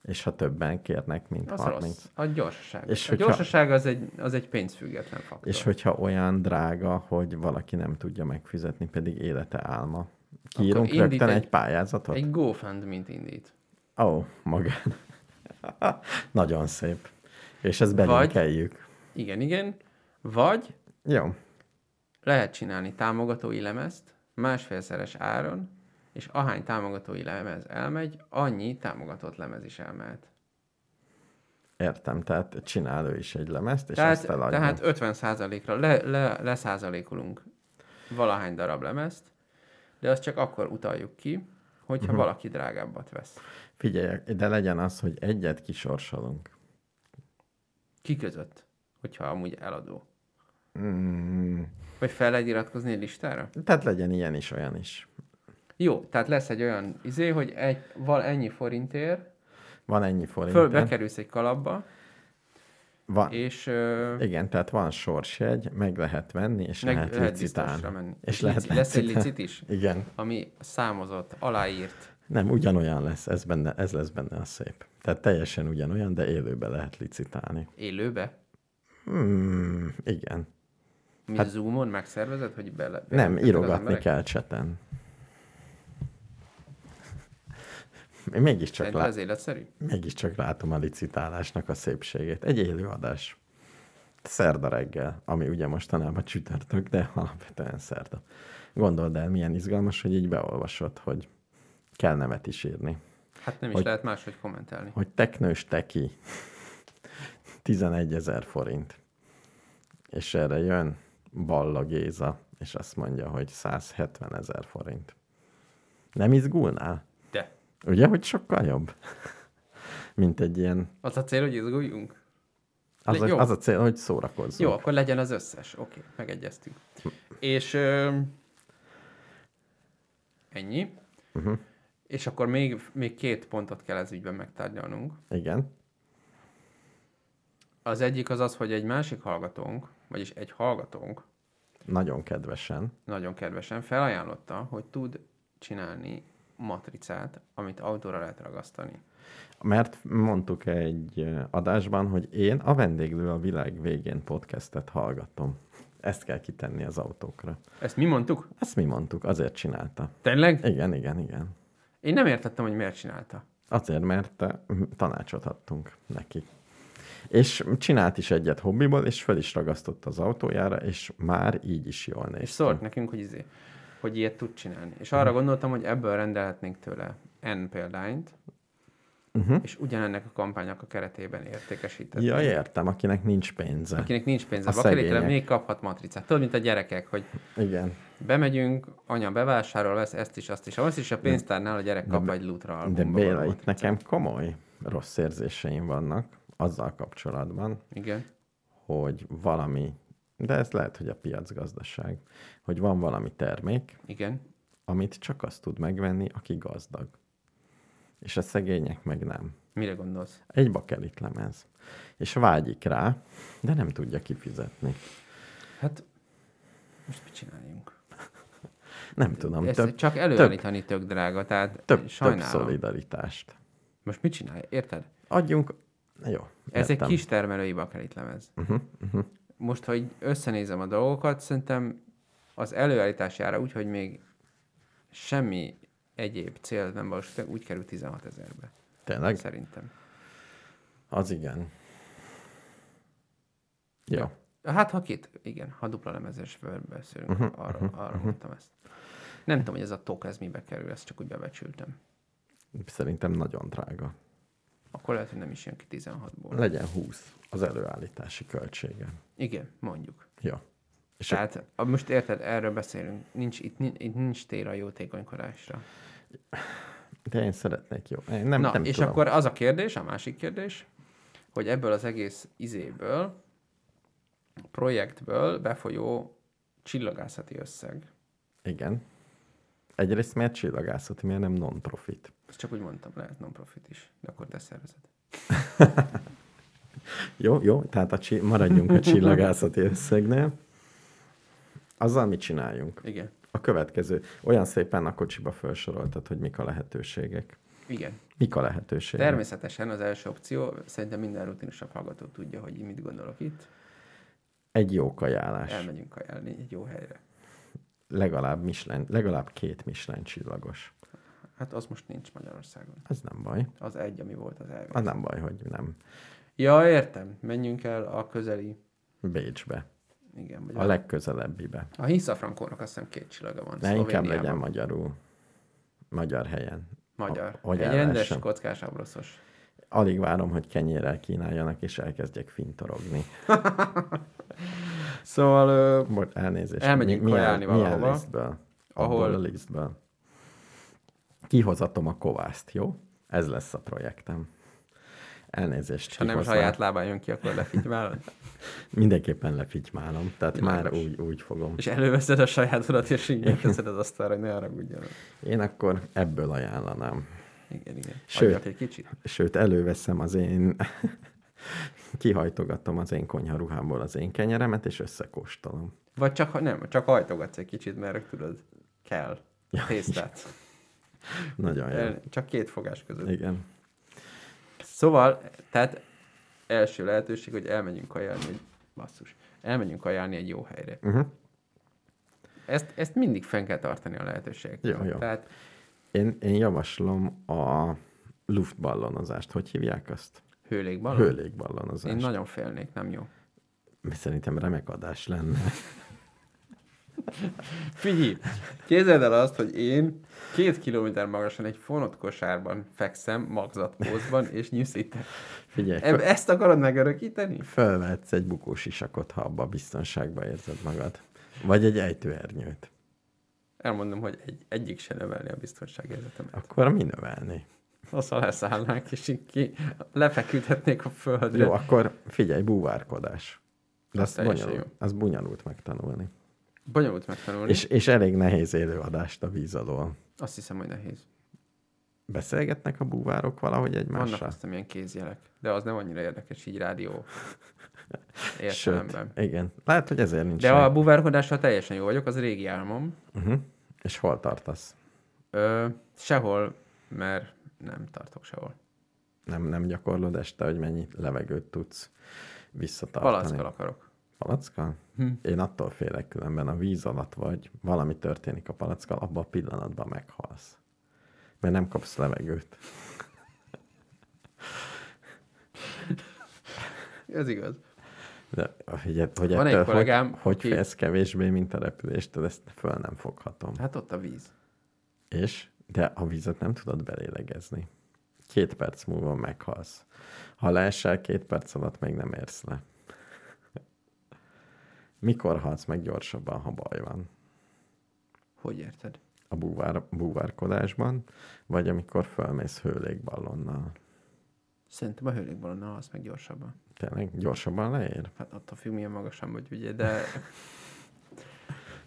és ha többen kérnek, mint
Az
30.
rossz. A gyorsaság.
Hát És
És a
hogyha-
gyorsaság az egy, az egy pénzfüggetlen faktor.
És hogyha olyan drága, hogy valaki nem tudja megfizetni, pedig élete álma. Kiírunk
indít
rögtön egy,
egy-
egy pályázatot? Ó,
Egy GoFund mint indít.
oh, magán. Nagyon szép. És ezt belinkeljük.
Igen, igen. Vagy
Jó.
lehet csinálni támogatói lemezt másfélszeres áron, és ahány támogatói lemez elmegy, annyi támogatott lemez is elmehet.
Értem, tehát csinál ő is egy lemezt, és tehát,
Tehát,
azt eladja.
tehát 50%-ra le, le, leszázalékolunk valahány darab lemezt, de azt csak akkor utaljuk ki, hogyha
Mhm.
uh-huh. valaki drágábbat vesz.
Figyelj, de legyen az, hogy egyet kisorsolunk.
Ki között, hogyha amúgy eladó.
Mm.
Vagy fel lehet iratkozni egy listára?
Tehát legyen ilyen is, olyan is.
Jó, tehát lesz egy olyan izé, hogy egy, val ennyi forintért,
Van ennyi forint.
föl bekerülsz egy kalapba,
Van.
és ö,
Igen, tehát van sorsjegy, meg lehet venni, és meg lehet, lehet
biztosra
licitálni.
menni.
És lehet
lici, lesz egy
licitálni.
licit is,
Igen.
ami számozott, aláírt.
Nem, ugyanolyan lesz, ez, benne, ez lesz benne a szép. Tehát teljesen ugyanolyan, de élőben lehet licitálni.
Élőbe?
Hmm, igen.
Mi hát, Zoomon megszervezed, hogy bele...
Nem,
bele- az
írogatni
emberek?
kell cseten. Én mégiscsak,
Szerinted
lá-
ez életszerű?
mégiscsak látom a licitálásnak a szépségét. Egy élőadás. Szerda reggel, ami ugye mostanában csütörtök, de alapvetően szerda. Gondold el, milyen izgalmas, hogy így beolvasod, hogy kell nevet is írni.
Hát nem is
Hogy-
lehet máshogy kommentálni.
hogy teknős teki 11 ezer forint. És erre jön Balla Géza, és azt mondja, hogy 170 ezer forint. Nem izgulnál?
De.
Ugye, hogy sokkal jobb? Mint egy ilyen...
Az a cél, hogy izguljunk?
Hm. Az
Jó.
a, az a cél, hogy szórakozzunk.
Jó, akkor legyen az összes. Oké, okay, megegyeztünk.
Hm.
És ö, ennyi. Uh-huh. És akkor még, még két pontot kell ez ügyben megtárgyalnunk.
Igen.
Az egyik az az, hogy egy másik hallgatónk, vagyis egy hallgatónk
Nagyon kedvesen.
nagyon kedvesen felajánlotta, hogy tud csinálni matricát, amit autóra lehet ragasztani.
Mert mondtuk egy ö, adásban, hogy én a vendéglő a világ végén podcastet hallgatom. Ezt kell kitenni az autókra.
Ezt mi mondtuk?
Ezt mi mondtuk, azért csinálta.
Tényleg?
Igen, igen, igen.
Én nem értettem, hogy miért csinálta.
Azért, mert eh, tanácsot adtunk neki. És csinált is egyet hobbiból, és fel is ragasztott az autójára, és már így is jól néz.
És
ki.
szólt nekünk, hogy, izé, hogy ilyet tud csinálni. És arra gondoltam, hogy ebből rendelhetnénk tőle N példányt, uh-huh. és ugyanennek a kampánynak a keretében értékesített.
Mhm. Ja, értem, akinek nincs pénze. Aki...
Akinek nincs pénze,
A
bakerétre
szegények.
még kaphat matricát. Tudod, mint a gyerekek, hogy
Igen.
bemegyünk, anya bevásárol, vesz ezt is, azt is. Ha azt is a pénztárnál a gyerek kap egy lútra
De
albumba.
Béla,
való
itt nekem komoly rossz érzéseim vannak azzal kapcsolatban,
Igen.
hogy valami, de ez lehet, hogy a piacgazdaság, hogy van valami termék,
Igen.
amit csak azt tud megvenni, aki gazdag. És a szegények meg nem.
Mire gondolsz?
Egy bakelit lemez. És vágyik rá, de nem tudja kifizetni.
Hát most mit csináljunk?
Nem tudom,
Ezt
több,
csak előállítani tök drága, tehát
több, több
sajnálom.
szolidaritást.
most mit csinálj? Érted?
Adjunk, Na jó.
Ez egy
értem.
kis termelői bakelitlemez. Uh-huh, uh-huh. Most, ha így összenézem a dolgokat, szerintem az előállítás ára úgy, hogy még semmi egyéb cél nem valósítok, úgy kerül 16 ezerbe.
Tényleg?
Szerintem.
Az igen. Jó. uh-huh.
Hát, ha két, igen, ha dupla lemezes beszélünk, uh-huh, arra, arra uh-huh. mondtam ezt. Nem tudom, hogy ez a tok, ez mibe kerül, ezt csak úgy bebecsültem.
Szerintem nagyon drága.
Akkor lehet, hogy nem is jön ki 16-ból.
Legyen 20 az előállítási költsége.
Igen, mondjuk.
Ja. És Tehát...
Tehát a- most érted, erről beszélünk. Nincs, itt, nincs, itt nincs tér a jótékonykodásra.
De én szeretnék jó. Én nem,
Na,
nem
és
tudom.
akkor az a kérdés, a másik kérdés, hogy ebből az egész izéből, projektből befolyó csillagászati összeg.
Igen. Egyrészt miért csillagászati, miért nem non-profit?
Ezt csak úgy mondtam, lehet non-profit is, de akkor te szervezed.
Jó, jó, tehát a csi- maradjunk a csillagászati összegnél. Azzal mit csináljunk?
Igen.
A következő. Olyan szépen a kocsiba felsoroltad, hogy mik a lehetőségek.
Igen.
Mik a lehetőségek?
Természetesen az első opció, szerintem minden rutinosabb hallgató tudja, hogy én mit gondolok itt.
Egy jó kajálás.
Elmegyünk kajálni egy jó helyre.
Legalább, Michelin, legalább két Michelin csillagos.
Hát az most nincs Magyarországon.
Ez nem baj.
Az egy, ami volt az elvég.
Az nem baj, hogy nem.
Ja, értem. Menjünk el a közeli,
Bécsbe.
igen, vagy
A legközelebbibe.
A Hiszafrankónak azt hiszem két csillaga van.
Ne inkább
Szlovéniában.
legyen magyarul. Magyar helyen.
Magyar.
Hogy
Egy
ellássam.
rendes kockás abroszos.
Alig várom, hogy kenyérrel kínáljanak, és elkezdjek fintorogni.
Szóval ö,
Bocs, elnézést.
Elmegyünk kajálni valahova.
Milyen lisztből?
Ahol-
Ahol... Abból a lisztből. Kihozatom a kovászt, jó? Ez lesz a projektem. Elnézést.
ha nem
kihozom.
saját lábán jön ki, akkor lefigyeled.
Mindenképpen lefigymálom, tehát
Világos.
már úgy, úgy fogom.
És előveszed a sajátodat, és így teszed az asztalra, hogy ne haragudjon.
Én akkor ebből ajánlanám.
Igen, igen.
Sőt.
Sőt. egy kicsit.
Sőt, előveszem az én... Kihajtogatom az én konyharuhámból az én kenyeremet, és összekóstolom.
Vagy csak, ha- nem, csak hajtogatsz egy kicsit, mert tudod, kell.
Ja,
Tésztát.
Nagyon jó.
El, csak két fogás között.
Igen.
Szóval, tehát első lehetőség, hogy elmegyünk kajálni, egy basszus, elmegyünk kajálni egy jó helyre.
Uh-huh.
Ezt, ezt mindig fenn kell tartani a lehetőségek.
Jó,
között.
jó.
Tehát
Én, én javaslom a luftballonozást. Hogy hívják azt?
hőlékban. Én
Hőlékballonozást.
nagyon félnék, nem jó.
Nagy... Szerintem remek adás lenne.
Figyelj, képzeld el azt, hogy én két kilométer magasan egy fonott kosárban fekszem, magzatpózban, és nyűszítek.
Figyelj,
Eb-
föl,
Ezt akarod megörökíteni?
fölvetsz egy bukós isakot, ha abba biztonságban érzed magad. Vagy egy ejtőernyőt.
Elmondom, hogy egy, egyik se növelni a biztonságérzetemet.
Akkor mi növelni?
Azzal leszállnánk, és így ki lefeküdhetnék a földre.
Jó, akkor figyelj, búvárkodás. De
Az
az,
Hát teljesen
bonyolult, az bonyolult megtanulni.
Bonyolult megtanulni.
És, és elég nehéz élőadást a víz alól.
Azt hiszem, hogy nehéz.
Beszélgetnek a búvárok valahogy
Vannak
egymással?
azt ilyen kézjelek, de az nem annyira érdekes így rádió értelemben.
Sőt, igen. Lehet, hogy ezért nincs
De
meg.
a buvárkodással teljesen jó vagyok, az régi álmom.
Uh-huh. És hol tartasz?
Ö, sehol, mert nem tartok sehol.
Nem, nem gyakorlod este, hogy mennyi levegőt tudsz visszatartani?
Palackkal akarok.
Palackkal? Hm. Én attól félek különben, a víz alatt vagy, valami történik a palackkal, abban a pillanatban meghalsz. Mert nem kapsz levegőt.
Ez igaz.
De hogy, hogy
Van egy
ettől
kollégám,
hogy, hogy
aki-
félsz kevésbé, mint a repüléstől, ezt föl nem foghatom.
Hát ott a víz.
És? De a vízet nem tudod belélegezni. Két perc múlva meghalsz. Ha leesel, két perc alatt még nem érsz le. Mikor halsz meg gyorsabban, ha baj van?
Hogy érted?
A búvár, búvárkodásban, vagy amikor fölmész hőlékballonnal?
Szerintem a hőlékballonnal az meg gyorsabban.
Tényleg gyorsabban leér?
Hát attól függ, milyen magasan vagy, ugye, de...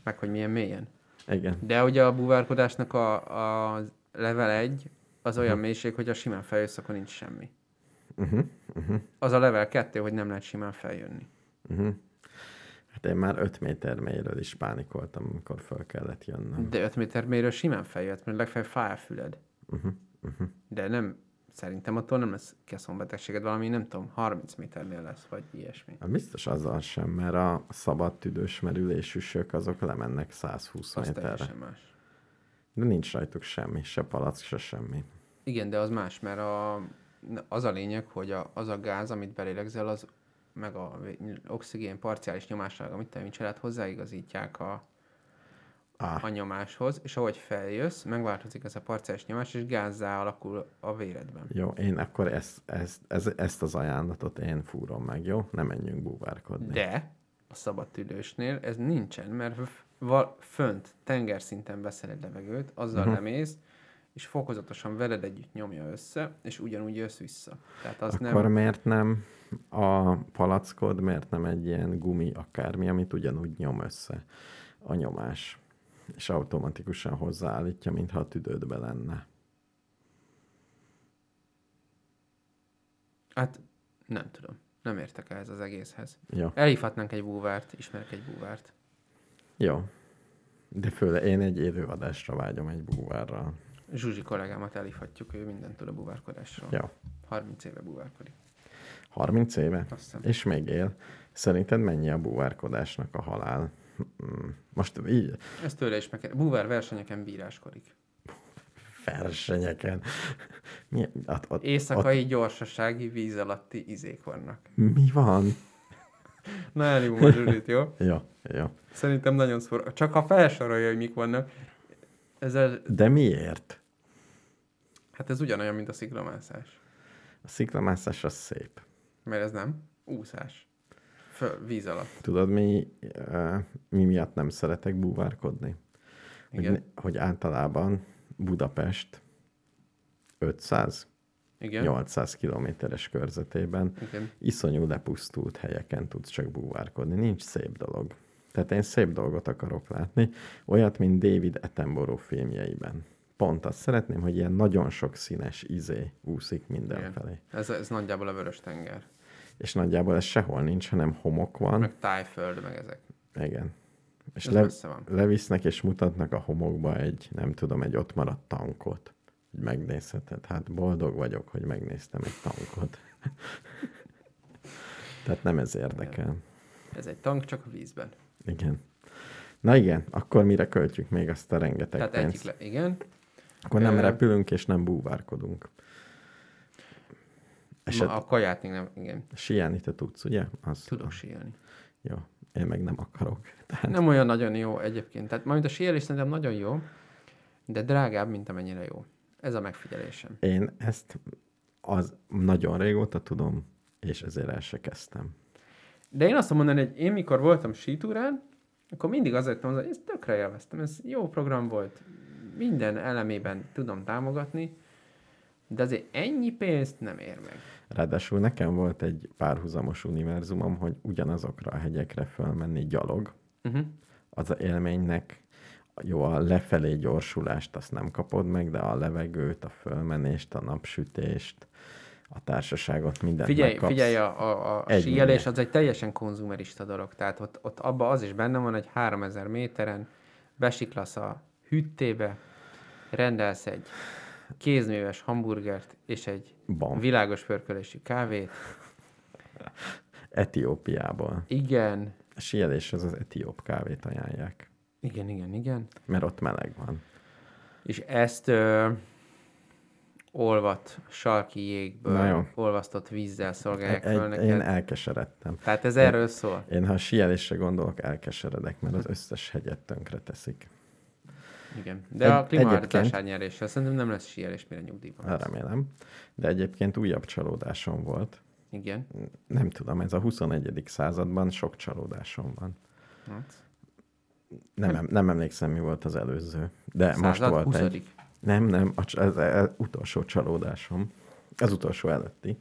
meg, hogy milyen mélyen.
Igen.
De ugye a buvárkodásnak a, a level 1 az olyan mélység, hogy a simán feljössz, akkor nincs semmi.
Uh-huh, uh-huh,
Az a level 2, hogy nem lehet simán feljönni.
uh-huh. Hát én már 5 méter mélyről is pánikoltam, amikor föl kellett jönnöm.
De 5 méter mélyről simán feljött, mert legfeljebb fáj a füled.
Uh-huh, uh-huh.
De nem, szerintem attól nem lesz keszonbetegséged, valami nem tudom, 30 méternél lesz, vagy ilyesmi.
Hát Biztos azzal sem, mert a szabad tüdős merülésűsök azok lemennek 120
Az
méterre.
teljesen más.
De nincs rajtuk semmi, se palack, se semmi.
Igen, de az más, mert a, na, az a lényeg, hogy a, az a gáz, amit belélegzel, az meg a vé- oxigén parciális nyomássága, amit te mit csinált, hozzáigazítják a,
Ah.
a nyomáshoz, és ahogy feljössz, megváltozik ez a parciális nyomás, és gázzá alakul a véredben.
Jó, én akkor ezt, ezt, ez, ezt az ajánlatot én fúrom meg, jó? Nem menjünk búvárkodni.
De a szabadtüdősnél ez nincsen, mert f- val- fönt, tengerszinten veszel egy levegőt, azzal uh-huh. lemész, és fokozatosan veled együtt nyomja össze, és ugyanúgy jössz vissza. Tehát az
Akkor
nem...
miért nem a palackod, miért nem egy ilyen gumi akármi, amit ugyanúgy nyom össze a nyomás, és automatikusan hozzáállítja, mintha a tüdődbe lenne.
Hát nem tudom. Nem értek ehhez az egészhez.
Jó,
Elhívhatnánk egy búvárt, ismerek egy búvárt.
jó. De főleg én egy élőadásra vágyom egy búvárral.
Zsuzsi kollégámat elhívhatjuk, ő mindent tud a búvárkodásról.
Jó,
30 éve búvárkodik.
30 éve?
Azt hiszem.
És még él. Szerinted mennyi a búvárkodásnak a halál? Mm, Most így
Ez tőle is meg... Búvár versenyeken bíráskodik.
versenyeken. Mi, ott, ott,
Éjszakai gyorsasági víz alatti izék vannak.
mi van?
Na, elhívom a Zsuzsit, jó?
Jó, jó.
Szerintem nagyon szóra. Csak ha felsorolja, hogy mik vannak, ezzel,
De miért?
hát ez ugyanolyan, mint a sziklamászás.
A sziklamászás az szép.
Mert ez nem úszás. Föl, víz alatt.
Tudod, mi, ö, mi miatt nem szeretek búvárkodni? Hogy,
Igen.
ne- hogy általában Budapest 500-800
Igen.
kilométeres körzetében
Igen.
iszonyú lepusztult helyeken tudsz csak búvárkodni. Nincs szép dolog. Tehát én szép dolgot akarok látni, olyat, mint David Attenborough filmjeiben. Pont azt szeretném, hogy ilyen nagyon sok színes izé úszik mindenfelé. Igen.
Ez, ez nagyjából a vörös tenger.
És nagyjából ez sehol nincs, hanem homok van.
Meg tájföld, meg ezek.
Igen. És
Ez
le,
messze van.
levisznek és mutatnak a homokba egy, nem tudom, egy ott maradt tankot. Hogy megnézheted. Hát boldog vagyok, hogy megnéztem egy tankot. Tehát nem ez érdekel.
Ez egy tank, csak a vízben.
Igen. Na igen, akkor mire költjük még azt a rengeteg
Tehát egyik
pénzt?
le... Igen.
Akkor nem
Ö,
repülünk és nem búvárkodunk. Eset,
Ma a kaját még nem... Igen.
Sielni te tudsz, ugye? Azt,
Tudok síelni.
Jó, én meg nem akarok. Tehát
Nem olyan nagyon jó egyébként. Tehát majd a síelés szerintem nagyon jó, de drágább, mint amennyire jó. Ez a megfigyelésem.
Én ezt az nagyon régóta tudom, és ezért el se kezdtem.
De én azt tudom mondani, hogy én mikor voltam sítúrán, akkor mindig azért tudom, hogy ezt tökre élveztem, ez jó program volt, minden elemében tudom támogatni, de azért ennyi pénzt nem ér meg.
Ráadásul nekem volt egy párhuzamos univerzumom, hogy ugyanazokra a hegyekre fölmenni gyalog,
Uh-huh.
az a élménynek jó, a lefelé gyorsulást azt nem kapod meg, de a levegőt, a fölmenést, a napsütést, a társaságot, mindent
Figyelj,
megkapsz.
figyelj, a, a, a
Egy
síelés
mindent.
az egy teljesen konzumerista dolog, tehát ott, ott abban az is benne van, hogy 3000 méteren besiklasz a hűtébe, rendelsz egy kézműves hamburgert és egy
Bam.
világos pörkölésű kávét.
Etiópiából.
Igen,
A sieléshez az etióp kávét ajánlják,
igen, igen, igen.
mert ott meleg van.
És ezt ö, olvat sarki jégből,
Na jó. E-
olvasztott vízzel szolgálják föl
Egy,
neked.
én elkeseredtem.
Tehát ez erről szól.
Én ha a síelésre gondolok, elkeseredek, mert az összes hegyet tönkre teszik.
Igen. De a
Egy-
klímaváltozás
egyébként-
árnyerésre szerintem nem lesz síelés, mire nyugdíjban lesz.
Hát Remélem. De egyébként újabb csalódásom volt.
Igen.
Nem tudom, ez a 21. században sok csalódásom van.
Hát,
Nem, em- nem emlékszem, mi volt az előző. De most
század
volt
20..
egy. Nem, nem, a, cs- ez, ez utolsó csalódásom. Az utolsó előtti.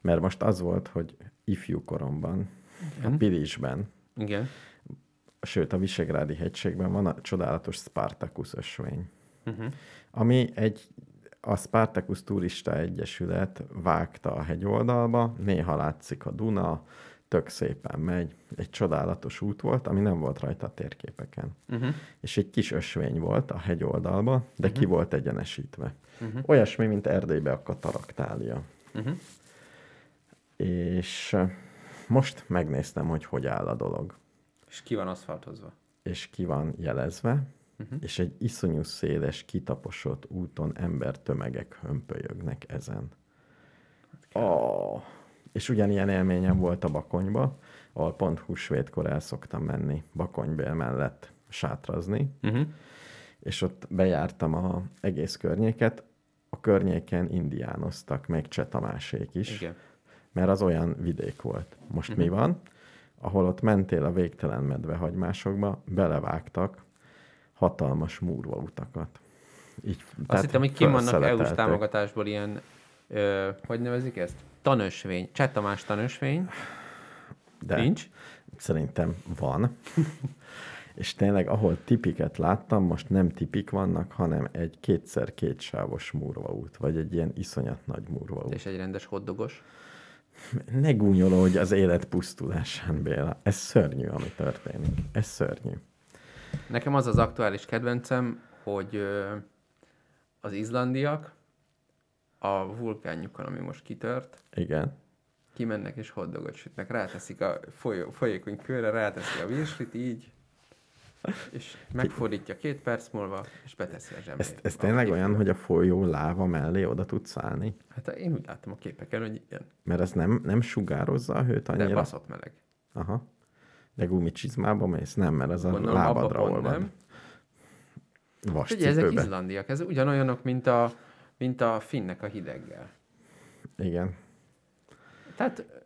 Mert most az volt, hogy ifjú koromban, a Pilisben,
Igen.
sőt a Visegrádi hegységben van a csodálatos Spartacus ösvény, uh-huh. ami egy a Spartacus Turista Egyesület vágta a hegyoldalba, néha látszik a Duna, tök szépen megy, egy csodálatos út volt, ami nem volt rajta a térképeken. Uh-huh. És egy kis ösvény volt a hegyoldalba, de uh-huh. ki volt egyenesítve. Uh-huh. Olyasmi, mint Erdélybe a kataraktália. Uh-huh. És eh, most megnéztem, hogy hogy áll a dolog
És ki van aszfaltozva.
és ki van jelezve, uh-huh. és egy iszonyú széles, kitaposott úton ember tömegek hömpölyögnek ezen. Oh. És ugyanilyen élményem volt a Bakonyba, ahol pont húsvétkor el szoktam menni Bakonybél mellett sátrazni,
Uh-huh.
és ott bejártam a egész környéket. A környéken indiánoztak, meg Cseh Tamásék is,
Igen. Mhm.
mert az olyan vidék volt. Most mi van? Ahol ott mentél a végtelen medvehagymásokba, belevágtak hatalmas múrva utakat. Így,
Azt hittem, hogy kim vannak EU-s
felszeletelték.
támogatásból ilyen, ö, hogy nevezik ezt? Tanösvény. Cseh Tamás tanösvény.
De
Nincs?
Szerintem van. És tényleg, ahol tipiket láttam, most nem tipik vannak, hanem egy kétszer kétsávos múrva út, vagy egy ilyen iszonyat nagy múrva út.
És egy rendes hoddogos.
Ne gúnyolódj az élet pusztulásán, Béla. Ez szörnyű, ami történik. Ez szörnyű.
Nekem az az aktuális kedvencem, hogy ö, az izlandiak a vulkánjukon, ami most kitört,
Igen.
kimennek és hoddogot sütnek, ráteszik a folyó, folyékony kőre, ráteszik a virslit, így, és megfordítja két perc múlva, és beteszi a zsebébe.
Ez, ez tényleg olyan, hogy a folyó láva mellé oda tudsz állni?
Hát én úgy láttam a képeken, hogy igen,
Mert ez nem, nem sugározza a hőt
de
annyira?
baszott meleg.
Aha. De gumicsizmába mész? Nem, mert ez a
Gondolom, abba
lábadra
pont
olvad.
nem.
Vas
Ugye ezek
cipőbe.
izlandiak, ez ugyanolyanok, mint a, mint a finnek a hideggel.
Igen.
Tehát,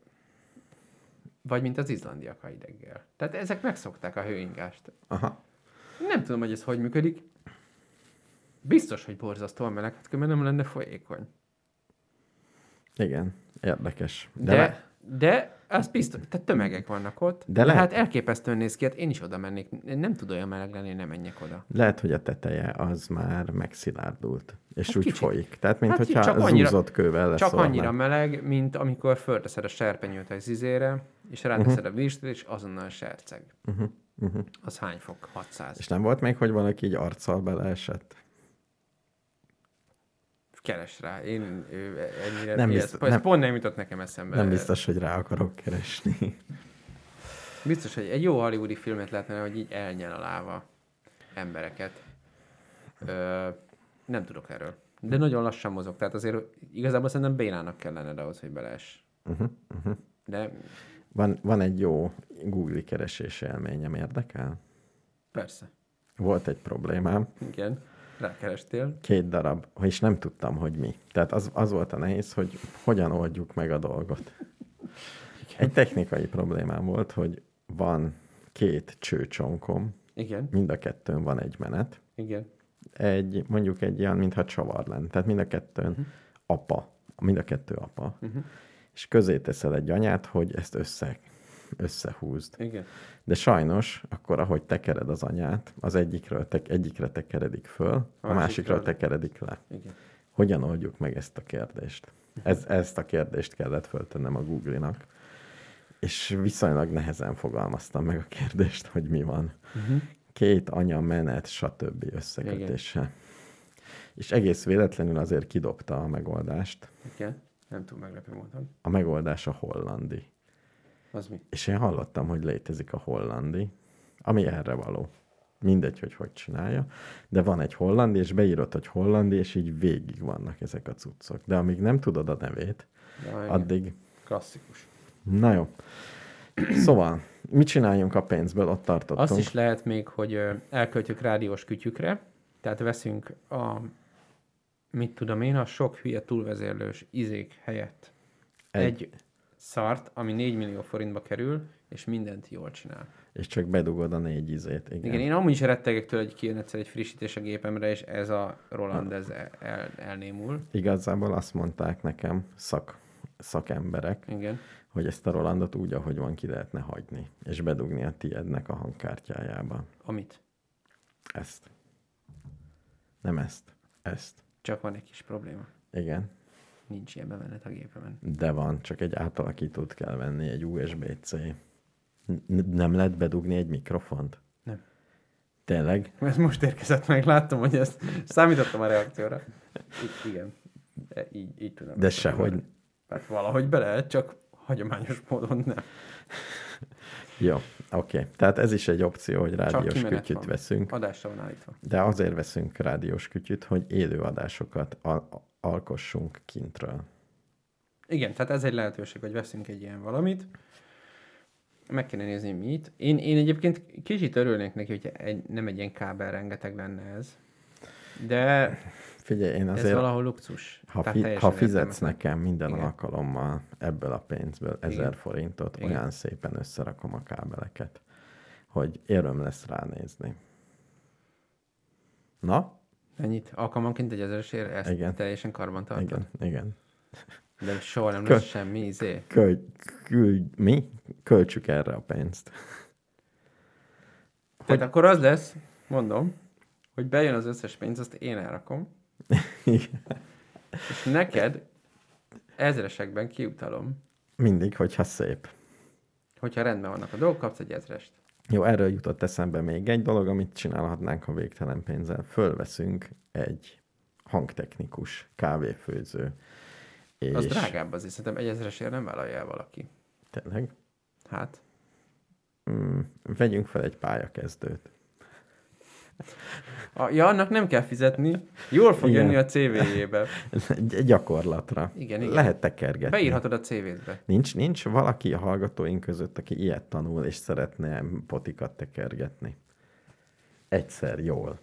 vagy mint az izlandiak a hideggel. Tehát ezek megszokták a hőingást.
Aha.
Nem tudom, hogy ez hogy működik. Biztos, hogy borzasztóan meleg, hát különben nem lenne folyékony.
Igen, érdekes.
De, de, de az biztos, tehát tömegek vannak ott.
De
De, de
lehet-
hát elképesztően néz ki, hát én is oda mennék. Én Nem tud olyan meleg lenni, én nem menjek oda.
lehet, hogy a teteje az már megszilárdult, és
Hát
úgy
kicsit.
folyik. Tehát, mintha
Hát
hát
csak
csak
annyira-
zúzott kővel lesz
Csak annyira meleg, mint amikor fölteszed a serpenyőt az izére, és
Mhm.
ráteszed uh-huh. a vízre, és azonnal serceg. Uh-huh. Uh-huh. Az hány fok? 600.
És nem volt még, hogy valaki így arccal beleesett?
Keres rá. Én ő, ennyire...
Nem
Nem
biztos-
biztos, ez,
nem-
nem, pont nem jutott nekem eszembe.
Nem biztos, hogy rá akarok keresni.
Biztos, hogy egy jó hollywoodi filmet lehetne, hogy így elnyel a láva embereket. Ö, nem tudok erről. De
Mhm.
nagyon lassan mozog, tehát azért igazából szerintem bénának kellene ahhoz, hogy belees.
Mhm.
Uh-huh, uh-huh. De
Van, van egy jó Google keresés élményem, érdekel?
persze,
Volt egy problémám,
igen, rákerestél.
két darab, és nem tudtam, hogy mi. Tehát az, az volt a nehéz, hogy hogyan oldjuk meg a dolgot. Egy technikai problémám volt, hogy van két csőcsonkom,
Igen,
mind a kettőn van egy menet,
igen.
egy, mondjuk egy ilyen, mintha csavar lenne. Tehát mind a kettőn
Mhm.
uh-huh. apa, mind a kettő apa. Uh-huh. És közé teszel egy anyát, hogy ezt össze, összehúzd.
Igen.
De sajnos, akkor ahogy tekered az anyát, az egyikről te, egyikre tekeredik föl, a,
másikra-
másikra tekeredik le.
Igen.
Hogyan oldjuk meg ezt a kérdést? Ez, ezt a kérdést kellett föltennem a Google-nak. És viszonylag nehezen fogalmaztam meg a kérdést, hogy mi van. Uh-huh. Két anya menet, stb. összekötése. Igen. És egész véletlenül azért kidobta a megoldást.
Igen. Nem túl meglepő módon.
A megoldás a hollandi.
Az mi?
És én hallottam, hogy létezik a hollandi, ami erre való. Mindegy, hogy hogy csinálja. De van egy hollandi, és beírod, hogy hollandi, és így végig vannak ezek a cuccok. De amíg nem tudod a nevét,
Ja, igen.
addig...
Klasszikus.
Na jó. Szóval, mit csináljunk a pénzből? Ott tartottunk.
Azt is lehet még, hogy ö, elköltjük rádiós kütyükre, tehát veszünk a, mit tudom én, a sok hülye túlvezérlős izék helyett
Egy.
egy, egy szart, ami 4 millió forintba kerül, és mindent jól csinál.
És csak bedugod a négy izét. Igen.
Igen, én amúgy is rettegek tőle, hogy kijön egyszer egy frissítés a gépemre, és ez a Roland ez el, el, elnémul.
Igazából azt mondták nekem szak, szakemberek,
Igen.
hogy ezt a Rolandot úgy, ahogy van, ki lehetne hagyni, és bedugni a tiednek a hangkártyájába.
Amit.
Ezt. Nem ezt. Ezt.
Csak van egy kis probléma.
Igen.
Nincs ilyen bemenet a gépemen.
De van, csak egy átalakítót kell venni, egy USB-C. N- nem lehet bedugni egy mikrofont?
Nem.
Tényleg?
Ez most érkezett meg, láttam, hogy ezt számítottam a reakcióra. I- igen. E, így, így tudom.
De sehogy.
Hát valahogy be lehet, csak hagyományos módon nem.
Jó, oké. Okay. Tehát ez is egy opció, hogy rádiós
kimenet
kütyüt
van.
veszünk.
Adásra van állítva.
De azért veszünk rádiós kütyüt, hogy élőadásokat al- alkossunk kintről.
Igen, tehát ez egy lehetőség, hogy veszünk egy ilyen valamit, Meg kéne nézni, hogy mit. Én, én egyébként kicsit örülnék neki, hogy egy, nem egy ilyen kábel rengeteg lenne ez. De
Figyelj, én
ez
azért,
valahol luxus.
ha,
Tehát
fi,
teljesen
ha fizetsz
értelmetlen.
nekem minden
Igen.
alkalommal ebből a pénzből ezer
Igen.
forintot,
Igen.
olyan szépen összerakom a kábeleket, hogy öröm lesz ránézni. Na?
Ennyit. Alkalmanként egy ezresért ezt
Igen.
Igen. teljesen karbantartod. Igen.
Igen, igen.
De soha nem
Kö-
lesz semmi izé.
Költ, küld, mi? Költsük erre a pénzt.
Tehát akkor az lesz, mondom, hogy bejön az összes pénz, azt én elrakom,
Igen.
és neked ezresekben kiutalom,
Mindig, hogyha szép.
hogyha rendben vannak a dolgok, kapsz egy ezrest.
Jó, erről jutott eszembe még egy dolog, amit csinálhatnánk a végtelen pénzzel. Fölveszünk egy hangtechnikus, kávéfőző. És
Az drágább azért, szerintem egy ezresért nem vállalja el valaki.
Tényleg.
Hát,
Mm, vegyünk fel egy pályakezdőt.
a, ja, annak nem kell fizetni, jól fog
Igen.
jönni a CV-jébe.
Egy gyakorlatra.
Igen, igen.
Lehet tekergetni.
Beírhatod a CV-dbe.
Nincs, nincs valaki a hallgatóink között, aki ilyet tanul, és szeretne potikat tekergetni. Egyszer jól.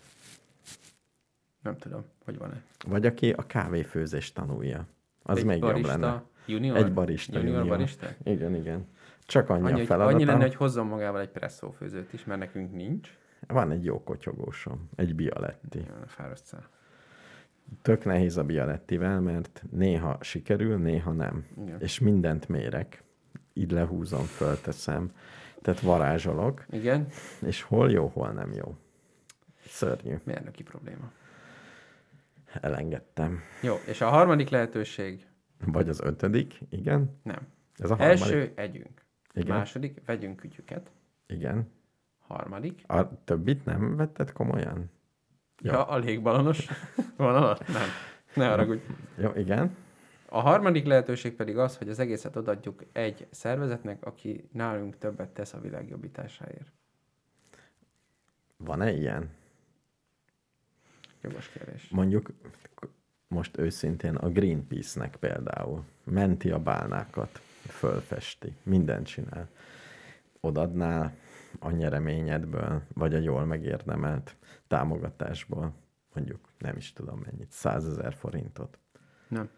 Nem tudom, hogy van-e.
Vagy aki a kávéfőzést tanulja. Az
Egy
még
barista,
jobb lenne.
Junior?
Egy barista
Junior,
junior.
barista?
Igen, igen. Csak annyi,
Annyi,
a
hogy
feladata.
annyi lenne, hogy hozzon magával egy presszófőzőt is, mert nekünk nincs.
Van egy jó kotyogósom, egy bialetti.
Jön a fárasztál.
Tök nehéz a bialettivel, mert néha sikerül, néha nem.
Igen.
És mindent mérek. Így lehúzom, fölteszem. Tehát varázsolok,
Igen,
és hol jó, hol nem jó. Szörnyű.
mérnöki probléma.
Elengedtem.
Jó, és a harmadik lehetőség,
Vagy az ötödik, igen.
nem.
Ez a harmadik.
Első, együnk.
Igen.
Második, vegyünk ügyüket.
Igen.
Harmadik,
A többit nem vetted komolyan?
ja,
Ja.
ja a légbalonos vonalat? Nem, ne haragudj.
Jó, igen.
A harmadik lehetőség pedig az, hogy az egészet odaadjuk egy szervezetnek, aki nálunk többet tesz a világ jobbításáért.
Van-e ilyen?
Jogos kérdés.
Mondjuk most őszintén a Greenpeace-nek például menti a bálnákat, fölfesti, mindent csinál. Odadnál a nyereményedből, vagy a jól megérdemelt támogatásból, mondjuk nem is tudom mennyit, 100 ezer forintot.
Nem.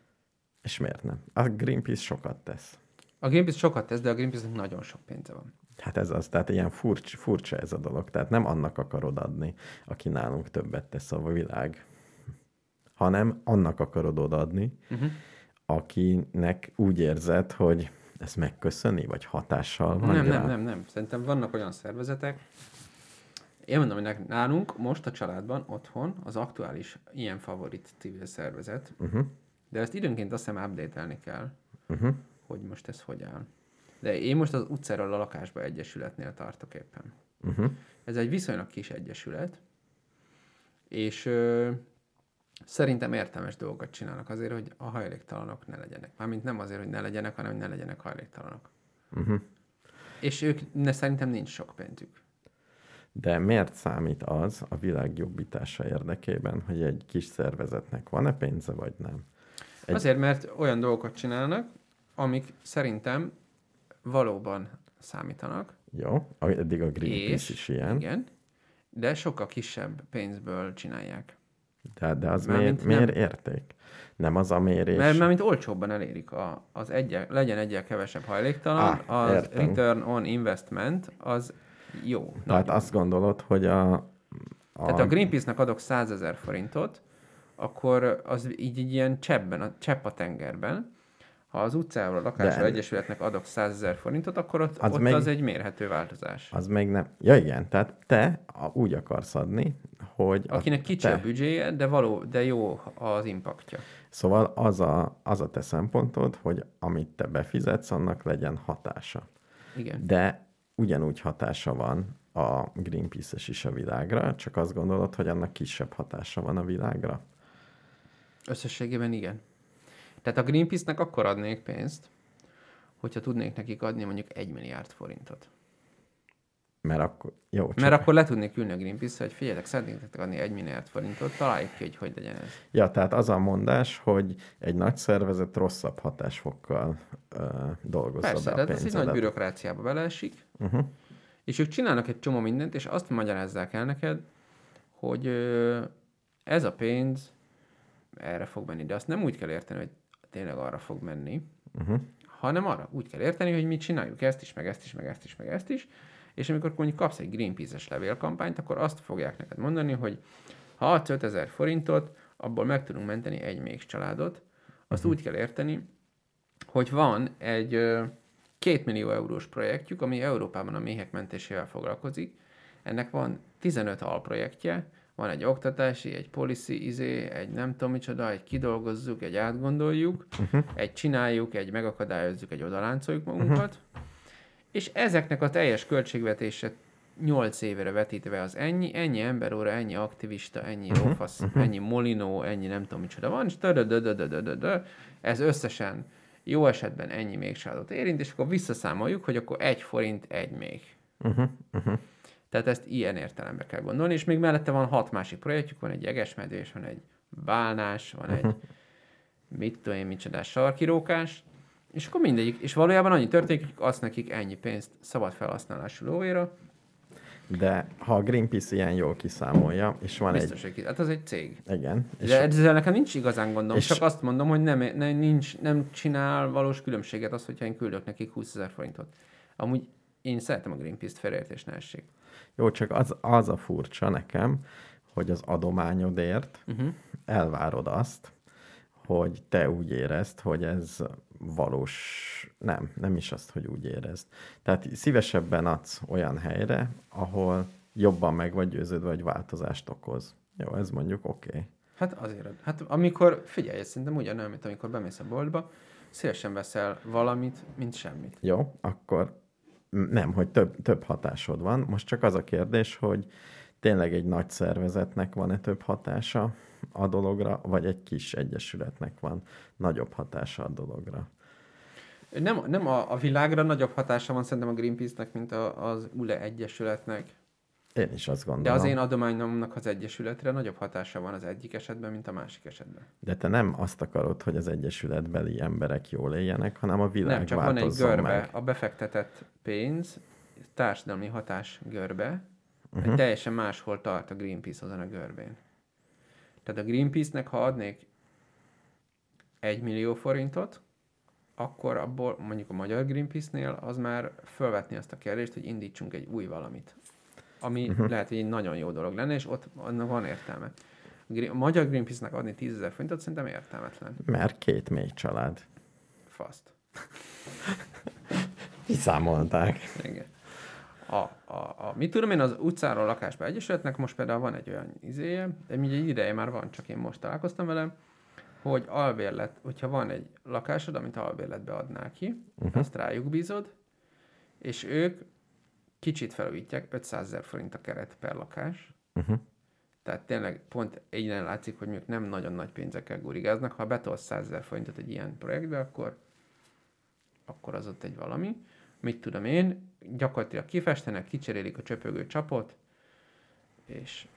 És miért nem? A Greenpeace sokat tesz.
A Greenpeace sokat tesz, de a Greenpeace-nek nagyon sok pénze van.
Hát ez az, tehát ilyen furcsa, furcsa ez a dolog. Tehát nem annak akarod adni, aki nálunk többet tesz a világ, hanem annak akarod odaadni,
Mhm.
uh-huh. akinek úgy érzed, hogy ezt megköszöni, vagy hatással van
Nem,
rá.
nem, nem, nem. Szerintem vannak olyan szervezetek, én mondom, hogy nek- nálunk most a családban otthon az aktuális ilyen favorit civil szervezet, uh-huh. de ezt időnként azt hiszem update kell, uh-huh. hogy most ez hogy áll. De én most az utcáról a lakásba egyesületnél tartok éppen. Uh-huh. Ez egy viszonylag kis egyesület, és ö, szerintem értelmes dolgokat csinálnak azért, hogy a hajléktalanok ne legyenek. Mármint nem azért, hogy ne legyenek, hanem hogy ne legyenek hajléktalanok. És ők ne, szerintem nincs sok pénzük.
De miért számít az a világ jobbítása érdekében, hogy egy kis szervezetnek van-e pénze, vagy nem?
Egy... Azért, mert olyan dolgokat csinálnak, amik szerintem valóban számítanak.
Jó, eddig a Greenpeace
és,
is ilyen,
Igen, de sokkal kisebb pénzből csinálják.
de, de az miért,
Mármint
miért
nem.
érték? Nem az a mérés.
Mert, mert mint olcsóbban elérik, a, az egye, legyen egyel kevesebb hajléktalan,
Á,
az
értem.
return on investment, az jó. Na,
Tehát azt gondolod, hogy a... a
tehát a Greenpeace-nek adok 100 ezer forintot, akkor az így, így ilyen cseppben, a csepp a tengerben. Ha az utcával a lakásra
De-
egyesületnek adok 100 ezer forintot, akkor ott,
Az
az, ott
még-
az egy mérhető változás.
Az még nem... Ja igen, tehát te a- úgy akarsz adni, hogy... a-
Akinek kicsi
te.
a büdzséje, de, való, de jó az impaktja.
Szóval az a, az a te szempontod, hogy amit te befizetsz, annak legyen hatása.
Igen.
De ugyanúgy hatása van a Greenpeace-es is a világra, csak azt gondolod, hogy annak kisebb hatása van a világra.
Összességében igen. Tehát a Greenpeace-nek akkor adnék pénzt, hogyha tudnék nekik adni mondjuk egy milliárd forintot.
Mert akkor... Jó,
Mert akkor le tudnék ülni a Greenpeace-re, hogy figyeljetek, szeretnék nektek adni egy milliárd forintot, találjuk ki, hogy hogy legyen ez.
Ja, tehát az a mondás, hogy egy nagy szervezet rosszabb hatásfokkal ö, dolgozza
Persze,
be a
de hát ez egy nagy
pénzedet.
bürokráciába beleesik, uh-huh. és ők csinálnak egy csomó mindent, és azt magyarázzák el neked, hogy ö, ez a pénz erre fog menni, de azt nem úgy kell érteni, hogy tényleg arra fog menni, uh-huh. hanem arra úgy kell érteni, hogy mi csináljuk ezt is, meg ezt is, meg ezt is, meg ezt is, és amikor mondjuk kapsz egy Greenpeace-es levélkampányt, akkor azt fogják neked mondani, hogy ha adsz 5000 forintot, abból meg tudunk menteni egy még családot, azt uh-huh. úgy kell érteni, hogy van egy ö, két millió eurós projektjük, ami Európában a méhek mentésével foglalkozik. Ennek van 15 alprojektje, van egy oktatási, egy policy izé, egy nem tudom micsoda, egy kidolgozzuk, egy átgondoljuk, uh-huh. egy csináljuk, egy megakadályozzuk, egy odaláncoljuk magunkat. Uh-huh. És ezeknek a teljes költségvetése 8 évre vetítve az ennyi, ennyi emberóra, ennyi aktivista, ennyi lófasz, ennyi molinó, ennyi nem tudom micsoda van, és tödödödödödödö. ez összesen jó esetben ennyi mégsádot érint, és akkor visszaszámoljuk, hogy akkor egy forint, egy még. Tehát ezt ilyen értelembe kell gondolni, és még mellette van hat másik projektjük, van egy jegesmedvés, van egy bálnás, van egy mit tudom én, micsodás sarkirókás, és akkor mindegyik, és valójában annyi történik, hogy azt nekik ennyi pénzt szabad felhasználású lóvéra,
De ha a Greenpeace ilyen jól kiszámolja, és van
biztos, hogy ki- hát az egy cég.
egy... Igen. És,
De ezzel nekem nincs igazán gondom,
és-
csak azt mondom, hogy nem, nem, nincs, nem csinál valós különbséget az, hogyha én küldök nekik 20 ezer forintot. Amúgy én szeretem a Greenpeace-t, félreértés ne essék.
Jó, csak az, az a furcsa nekem, hogy az adományodért uh-huh. elvárod azt, hogy te úgy érezd, hogy ez valós, nem, nem is azt, hogy úgy érezd. Tehát szívesebben adsz olyan helyre, ahol jobban meg vagy győződve, hogy változást okoz. Jó, ez mondjuk oké. Okay.
Hát azért, hát amikor, figyelj, ez szerintem ugyanolyan, mint amikor bemész a boltba, szívesen veszel valamit, mint semmit.
Jó, akkor m- nem, hogy több, több hatásod van. Most csak az a kérdés, hogy tényleg egy nagy szervezetnek van-e több hatása a dologra, vagy egy kis egyesületnek van nagyobb hatása a dologra.
Nem, nem a, a világra nagyobb hatása van szerintem a Greenpeace-nek, mint a, az ULE Egyesületnek.
Én is azt
De
gondolom.
az én adományomnak az Egyesületre nagyobb hatása van az egyik esetben, mint a másik esetben.
De te nem azt akarod, hogy az egyesületbeli emberek jól éljenek, hanem a világ
Nem, csak van egy
változzon
görbe,
meg.
a befektetett pénz, társadalmi hatás görbe,
Mhm.
uh-huh. teljesen máshol tart a Greenpeace azon a görbén. Tehát a Greenpeace-nek, ha adnék egy millió forintot, akkor abból mondjuk a magyar Greenpeace-nél az már felvetni azt a kérdést, hogy indítsunk egy új valamit. Ami
Mhm.
uh-huh. lehet, hogy egy nagyon jó dolog lenne, és ott annak van értelme. A Green- A magyar Greenpeace-nek adni 10 ezer forintot szerintem értelmetlen.
Mert két mély család.
Faszt.
Kiszámolták.
Igen. A, a, a, mit tudom én, az utcáról lakásba egyesületnek most például van egy olyan izéje, de még egy ideje már van, csak én most találkoztam vele, hogy albérlet, hogyha van egy lakásod, amit albérletbe adnál ki, uh-huh. azt rájuk bízod, és ők kicsit felújítják, 500 ezer forint a keret per lakás.
Uh-huh.
Tehát tényleg pont innen látszik, hogy mondjuk nem nagyon nagy pénzekkel gurigáznak. Ha betolsz 100 ezer forintot egy ilyen projektbe, akkor, akkor az ott egy valami. Mit tudom én, gyakorlatilag kifestenek, kicserélik a csöpögő csapot, és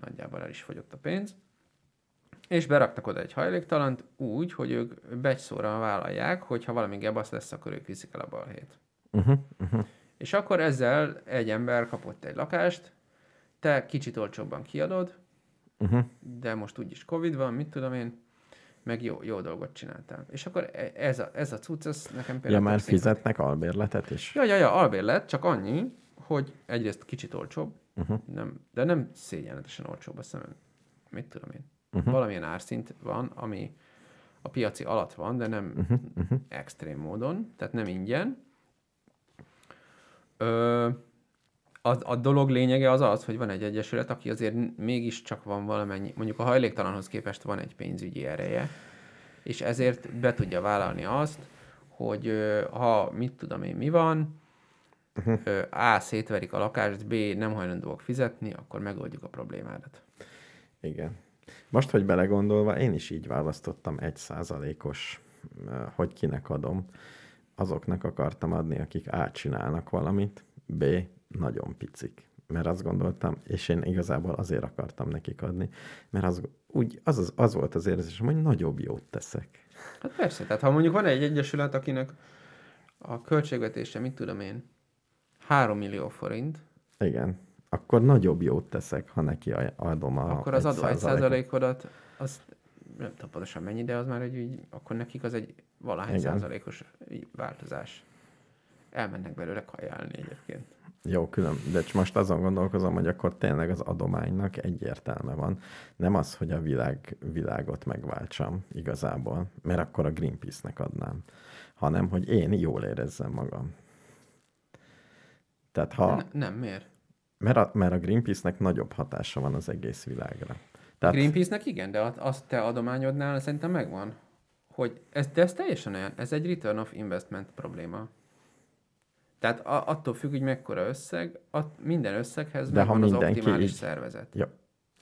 nagyjából el is fogyott a pénz. És beraktak oda egy hajléktalant úgy, hogy ők begyszóra vállalják, hogy ha valami gebasz lesz, akkor ők viszik el a balhét.
Uh-huh.
És akkor ezzel egy ember kapott egy lakást, te kicsit olcsóbban kiadod,
Uh-huh.
de most úgyis Covid van, mit tudom én, meg jó, jó dolgot csináltál. És akkor e- ez a, ez a cucc, ez nekem
Ja,
például...
már
tök szimpatikus.
fizetnek albérletet is?
Ja, ja, ja, albérlet, csak annyi, hogy egyrészt kicsit olcsóbb, uh-huh. nem, de nem szégyenletesen olcsóbb, azt hiszem, mit tudom én. Uh-huh. Valamilyen árszint van, ami a piaci alatt van, de nem uh-huh. Uh-huh. extrém módon, tehát nem ingyen. Ö, a, a dolog lényege az az, hogy van egy egyesület, aki azért n- mégiscsak van valamennyi, mondjuk a hajléktalanhoz képest van egy pénzügyi ereje, és ezért be tudja vállalni azt, hogy ö, ha mit tudom én mi van, ö, A. szétverik a lakást, B. nem hajlandóak fizetni, akkor megoldjuk a problémádat.
Igen. Most, hogy belegondolva, én is így választottam egy százalékos, hogy kinek adom. Azoknak akartam adni, akik átcsinálnak valamit, B. Nagyon picik. Mert azt gondoltam, és én igazából azért akartam nekik adni, mert az, úgy, az, az, az volt az érzésem, hogy nagyobb jót teszek.
Hát persze, tehát ha mondjuk van egy egyesület, akinek a költségvetése, mit tudom én, 3 millió forint,
Igen. Akkor nagyobb jót teszek, ha neki aj- adom a
akkor az
Ah, egy
adó 1
százalékot.
százalékodat, az nem tudom pontosan mennyi, de az már egy így, akkor nekik az egy valahány
Igen.
százalékos így változás. Elmennek belőle kajálni egyébként.
Jó, külön. De csak most azon gondolkozom, hogy akkor tényleg az adománynak egyértelme van. Nem az, hogy a világ, világot megváltsam igazából, mert akkor a Greenpeace-nek adnám, hanem, hogy én jól érezzem magam. Tehát ha,
Ne- nem, miért?
mert a, mert a Greenpeace-nek nagyobb hatása van az egész világra. Tehát, Green...
Greenpeace-nek igen, de at- azt te adományodnál szerintem megvan. Hogy ez, de ez teljesen olyan, ez egy return of investment probléma. Tehát a, attól függ, hogy mekkora összeg, a, minden összeghez
De ha
megvan az
mindenki
optimális
így-
szervezet.
Jó.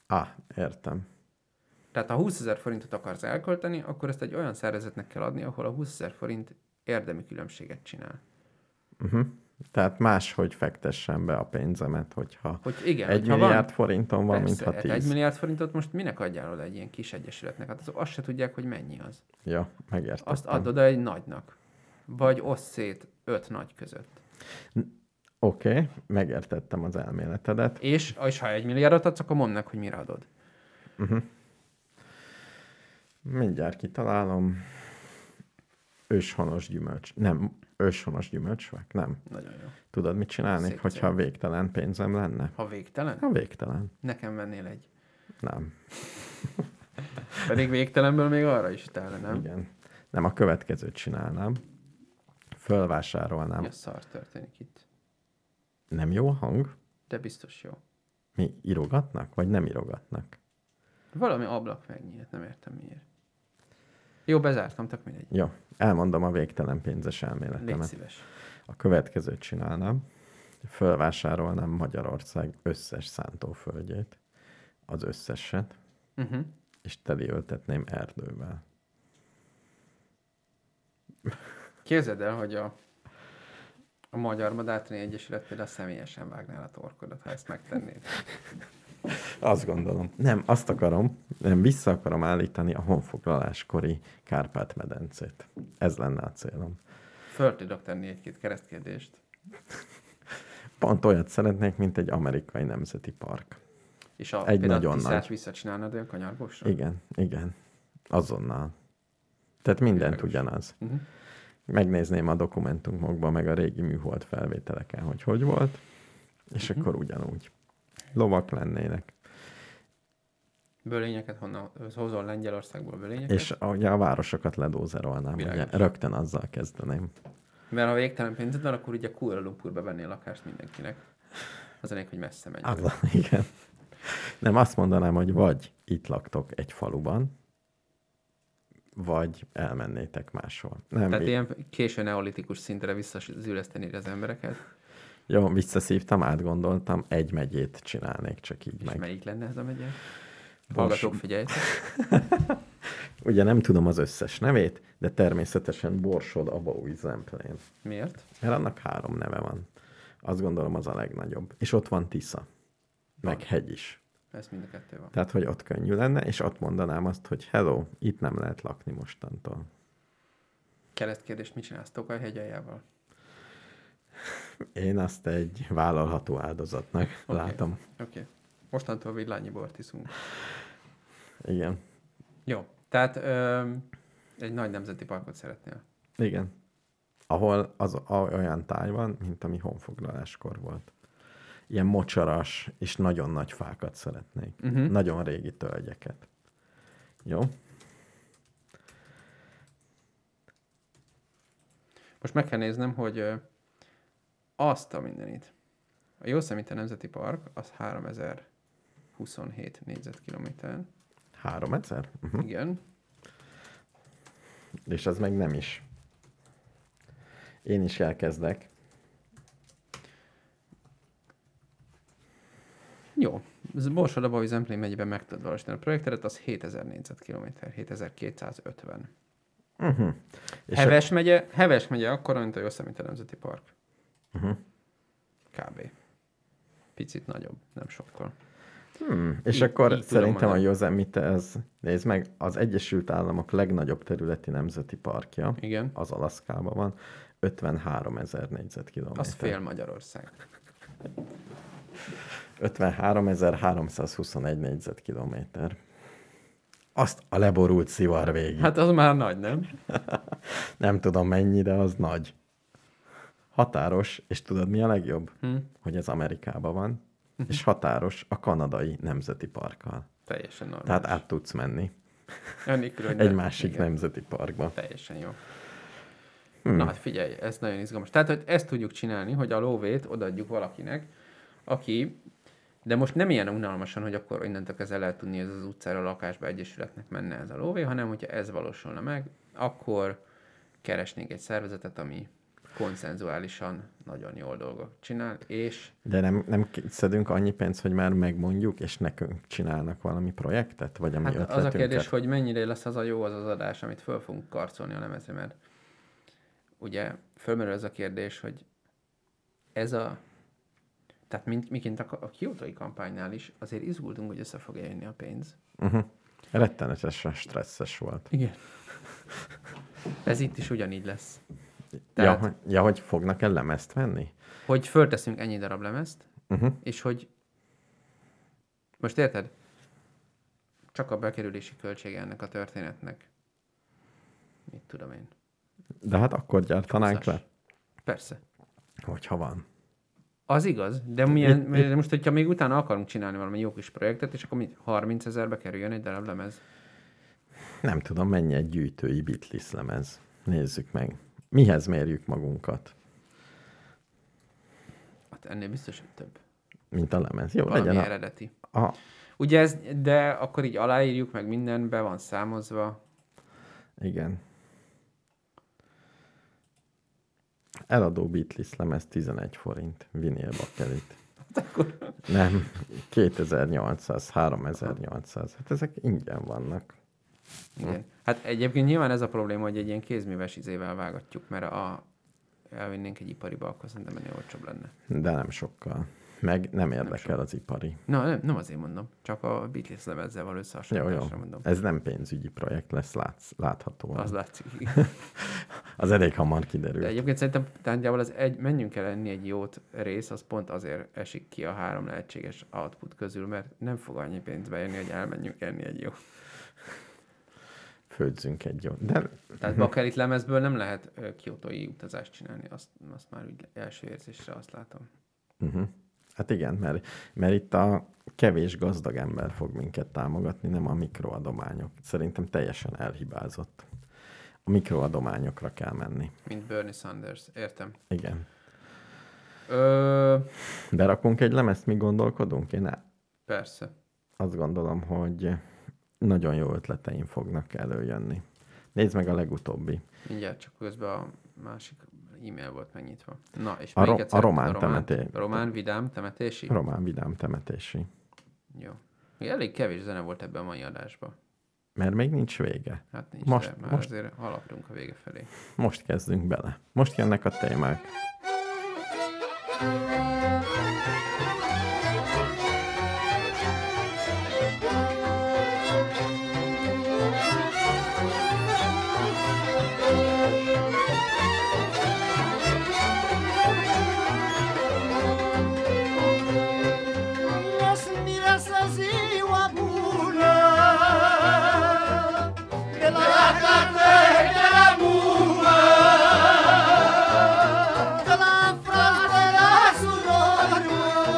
Ah, értem.
Tehát ha 20 ezer forintot akarsz elkölteni, akkor ezt egy olyan szervezetnek kell adni, ahol a 20 ezer forint érdemi különbséget csinál.
Uh-huh. Tehát máshogy fektessen be a pénzemet, hogyha
Hogy igen,
egy
hogyha van-
milliárd forintom van,
Persze,
mintha
hát
tíz.
egy milliárd forintot most minek adjál oda egy ilyen kis egyesületnek? Hát azok azt se tudják, hogy mennyi az.
Ja, megértettem.
Azt add oda egy nagynak. Vagy oszd szét öt nagy között.
Oké, okay, megértettem az elméletedet.
És, és ha egy milliárdot adsz, akkor mondd meg, hogy mire adod.
Mindjárt kitalálom. Őshonos gyümölcs. Nem, őshonos gyümölcsvek? Nem.
Nagyon jó.
Tudod, mit csinálnék,
Szép
hogyha
cél.
végtelen pénzem lenne?
Ha végtelen,
Ha végtelen.
nekem vennél egy.
Nem.
Pedig végtelenből még arra is utána,
nem.
nem?
Igen. Nem, a következőt csinálnám. Fölvásárolnám.
Mi a
Yes.
szar történik itt?
Nem jó hang?
De biztos jó.
Mi írogatnak, vagy nem írogatnak?
Valami ablak megnyílt, nem értem miért. Jó, bezártam, tök mindegy.
Jó, elmondom a végtelen pénzes
Légy
elméletemet.
szíves.
A következőt csinálnám. Fölvásárolnám Magyarország összes szántóföldjét, az összeset,
Uh-huh.
és teliöltetném erdővel.
Képzeld el, hogy a, a Magyar Madátani Egyesület például személyesen vágná a torkodat, ha ezt megtennéd.
Azt gondolom. Nem, azt akarom, nem, vissza akarom állítani a honfoglaláskori Kárpát-medencét. Ez lenne a célom.
Föl tudok tenni egy-két keresztkérdést,
Pont olyat szeretnék, mint egy amerikai nemzeti park.
és a,
Egy
például a
nagyon
Tiszát
nagy.
visszacsinálnád olyan kanyargósra?
Igen, igen. Azonnal. Tehát mindent
Világos.
ugyanaz.
Mhm.
Megnézném a dokumentumokban, meg a régi műhold felvételeken, hogy hogy volt, és
Mhm.
akkor ugyanúgy. Lovak lennének.
Bölényeket honnan hozol Lengyelországból bölényeket?
És ugye a városokat ledózerolnám, ugye,
Világos.
rögtön azzal kezdeném.
Mert ha végtelen pénzed van, akkor ugye Kuala Lumpurba vennél lakást mindenkinek. Az elég, hogy messze menj.
Az, igen. Nem, azt mondanám, hogy vagy itt laktok egy faluban, vagy elmennétek máshol. Nem,
Tehát
vi-
ilyen késő neolitikus szintre visszazülesztenéd az embereket,
Jó, visszaszívtam, átgondoltam, egy megyét csinálnék csak így
és
meg.
melyik lenne ez a megye? Hallgatók, figyeljetek.
Ugye nem tudom az összes nevét, de természetesen Borsod Abaúj Zemplén.
Miért?
Mert annak három neve van. Azt gondolom az a legnagyobb. És ott van Tisza. Meg hegy is.
Ez mind a kettő van.
Tehát, hogy ott könnyű lenne, és ott mondanám azt, hogy hello, itt nem lehet lakni mostantól.
Keresztkérdés, mit csinálsz Tokaj hegyajával?
Én azt egy vállalható áldozatnak okay.
Oké.
látom.
Oké. Okay. Mostantól villányi bort iszunk.
Igen.
Jó. Tehát ö, egy nagy nemzeti parkot szeretnél.
Igen. Ahol az a- olyan táj van, mint ami honfoglaláskor volt. Ilyen mocsaras és nagyon nagy fákat szeretnék.
Mhm.
Uh-huh. Nagyon régi tölgyeket. Jó?
Most meg kell néznem, hogy ö, azt a mindenit. A Yosemite Nemzeti Park az 3027 négyzetkilométer.
Három egyszer? Uh-huh.
Igen.
És ez meg nem is. Én is elkezdek.
Jó. Ez Borsod-Abaúj Zemplén megyében meg tudod valósítani a projekteret, az 7000 négyzetkilométer, 7250.
És Mhm.
Heves megye, Heves megye akkora, mint a Yosemite Nemzeti Park. Kb. Picit nagyobb, nem sokkal.
Hmm. És
Így-
akkor
így tudom
szerintem a
mondani.
Yosemite ez, nézd meg, az Egyesült Államok legnagyobb területi nemzeti parkja.
Igen.
Az Alaszkában van. 53 ezer négyzetkilométer.
Az fél Magyarország.
53.321 négyzetkilométer. Azt a leborult szivar végig. Hát...
Hát az már nagy, nem?
Nem tudom mennyi, de az nagy. Határos, és tudod mi a legjobb?
Hm.
Hogy ez Amerikában van, és határos a kanadai nemzeti parkkal.
Teljesen normális.
Tehát át tudsz menni
Anélkül, hogy
egy
nem-
másik
igen,
nemzeti parkba.
Teljesen jó. Na hát figyelj, ez nagyon izgalmas. Tehát, hogy ezt tudjuk csinálni, hogy a lóvét odaadjuk valakinek, aki, de most nem ilyen unalmasan, hogy akkor innentől kezdve lehet tudni, hogy ez az utcára a lakásba egyesületnek menne ez a lóvé, hanem hogyha ez valósulna meg, akkor keresnénk egy szervezetet, ami konszenzuálisan nagyon jól dolgot csinál, és
De nem, nem ki- szedünk annyi pénzt, hogy már megmondjuk, és nekünk csinálnak valami projektet, vagy ami hát
Hát az a
ötletünket.
kérdés, hogy mennyire lesz az a jó az az adás, amit föl fogunk karcolni a lemezre, mert ugye fölmerül az a kérdés, hogy ez a tehát mint, miként a, a kiotói kampánynál is azért izgultunk, hogy össze fog jönni a pénz.
Uh-huh. Rettenetesen stresszes volt.
Igen. Ez itt is ugyanígy lesz.
Tehát...
Tehát-
Ja, hogy- ja, hogy fognak el lemezt venni?
Hogy fölteszünk ennyi darab lemezt,
Uh-huh.
és hogy most érted? Csak a bekerülési költsége ennek a történetnek. Mit tudom én.
De hát akkor gyártanánk
Húszas.
le,
Persze.
hogyha van.
Az igaz, de milyen, de most, hogyha még utána akarunk csinálni valami jó kis projektet, és akkor mi 30 ezerbe kerüljön egy darab lemez.
Nem tudom, mennyi egy gyűjtői Beatles lemez. Nézzük meg. Mihez mérjük magunkat,
Hát ennél biztos, hogy több.
mint a lemez? Jó,
Valami
legyen
eredeti.
a, a...
Ugye ez, de akkor így aláírjuk, meg minden be van számozva.
Igen. Eladó Beatles lemez 11 forint, vinélba kerít. Nem, 2800, 3800. Hát ezek ingyen vannak. Hm.
Igen. Hát egyébként nyilván ez a probléma, hogy egy ilyen kézműves izével vágatjuk, mert a, elvinnénk egy ipariba, akkor szerintem ennél olcsóbb lenne.
De nem sokkal. Meg nem érdekel az ipari.
Na, nem, nem azért mondom, csak a Beatles lemezzel való
Jó, jó.
összehasonlításra mondom.
Ez nem pénzügyi projekt lesz látsz, láthatóan.
Az
Az,
látszik.
az elég hamar
De
kiderül.
egyébként szerintem tárgyával az egy, menjünk el enni egy jót rész, az pont azért esik ki a három lehetséges output közül, mert nem fog annyi pénzbe jönni, hogy elmenjünk enni egy jó.
Főzzünk egy jót. De
Tehát
Mhm.
bakelit lemezből nem lehet ö, kiotói utazást csinálni, azt, azt már úgy első érzésre azt látom.
uh-huh. hát igen, mert, mert itt a kevés gazdag ember fog minket támogatni, nem a mikroadományok. Szerintem teljesen elhibázott. A mikroadományokra kell menni.
Mint Bernie Sanders, értem.
Igen.
Ö,
Berakunk egy lemezt, mi gondolkodunk? Én á-
persze.
azt gondolom, hogy nagyon jó ötleteim fognak előjönni. Nézd meg a legutóbbi.
Mindjárt csak közben a másik e-mail volt megnyitva. Na, és
A
melyiket
ro- a
szeretnéd?
román temeté-
Román vidám temetési?
Román vidám temetési.
Jó. Még elég kevés zene volt ebben a mai adásban.
Mert még nincs vége.
Hát nincs,
Most-
most, de már
most-
most. azért haladunk a vége felé.
Most kezdünk bele. Most jönnek a témák.
Las miras así guapuna de la carne de la muma de la frontera sur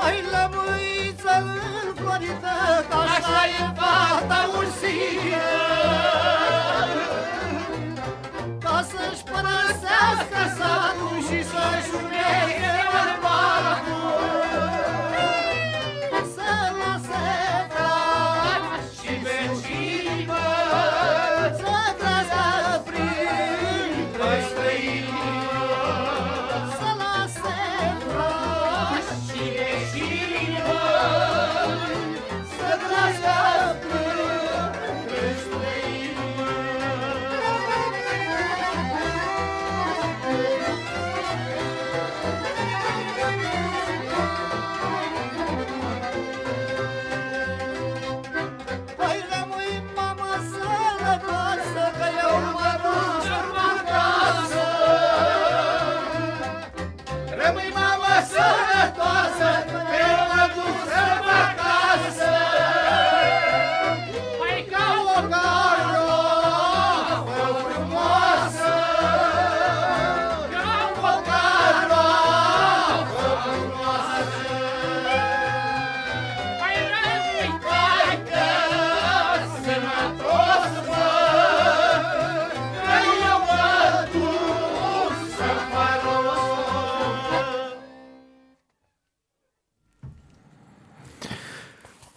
căbuiță înflorită, ca așa e fata ursie. Ca să-și părăsească satul și să-și umeze bărbatul. Să lase frați și vecini, să trăiască printre străini. Să lase frați și vecini, să trăiască printre Păi rămâi, mamă, sănătoasă, că eu mă duc acasă. Rămâi, mamă, sănătoasă, că eu mă duc acasă. Păi ca o garofă frumoasă, ca o garofă frumoasă.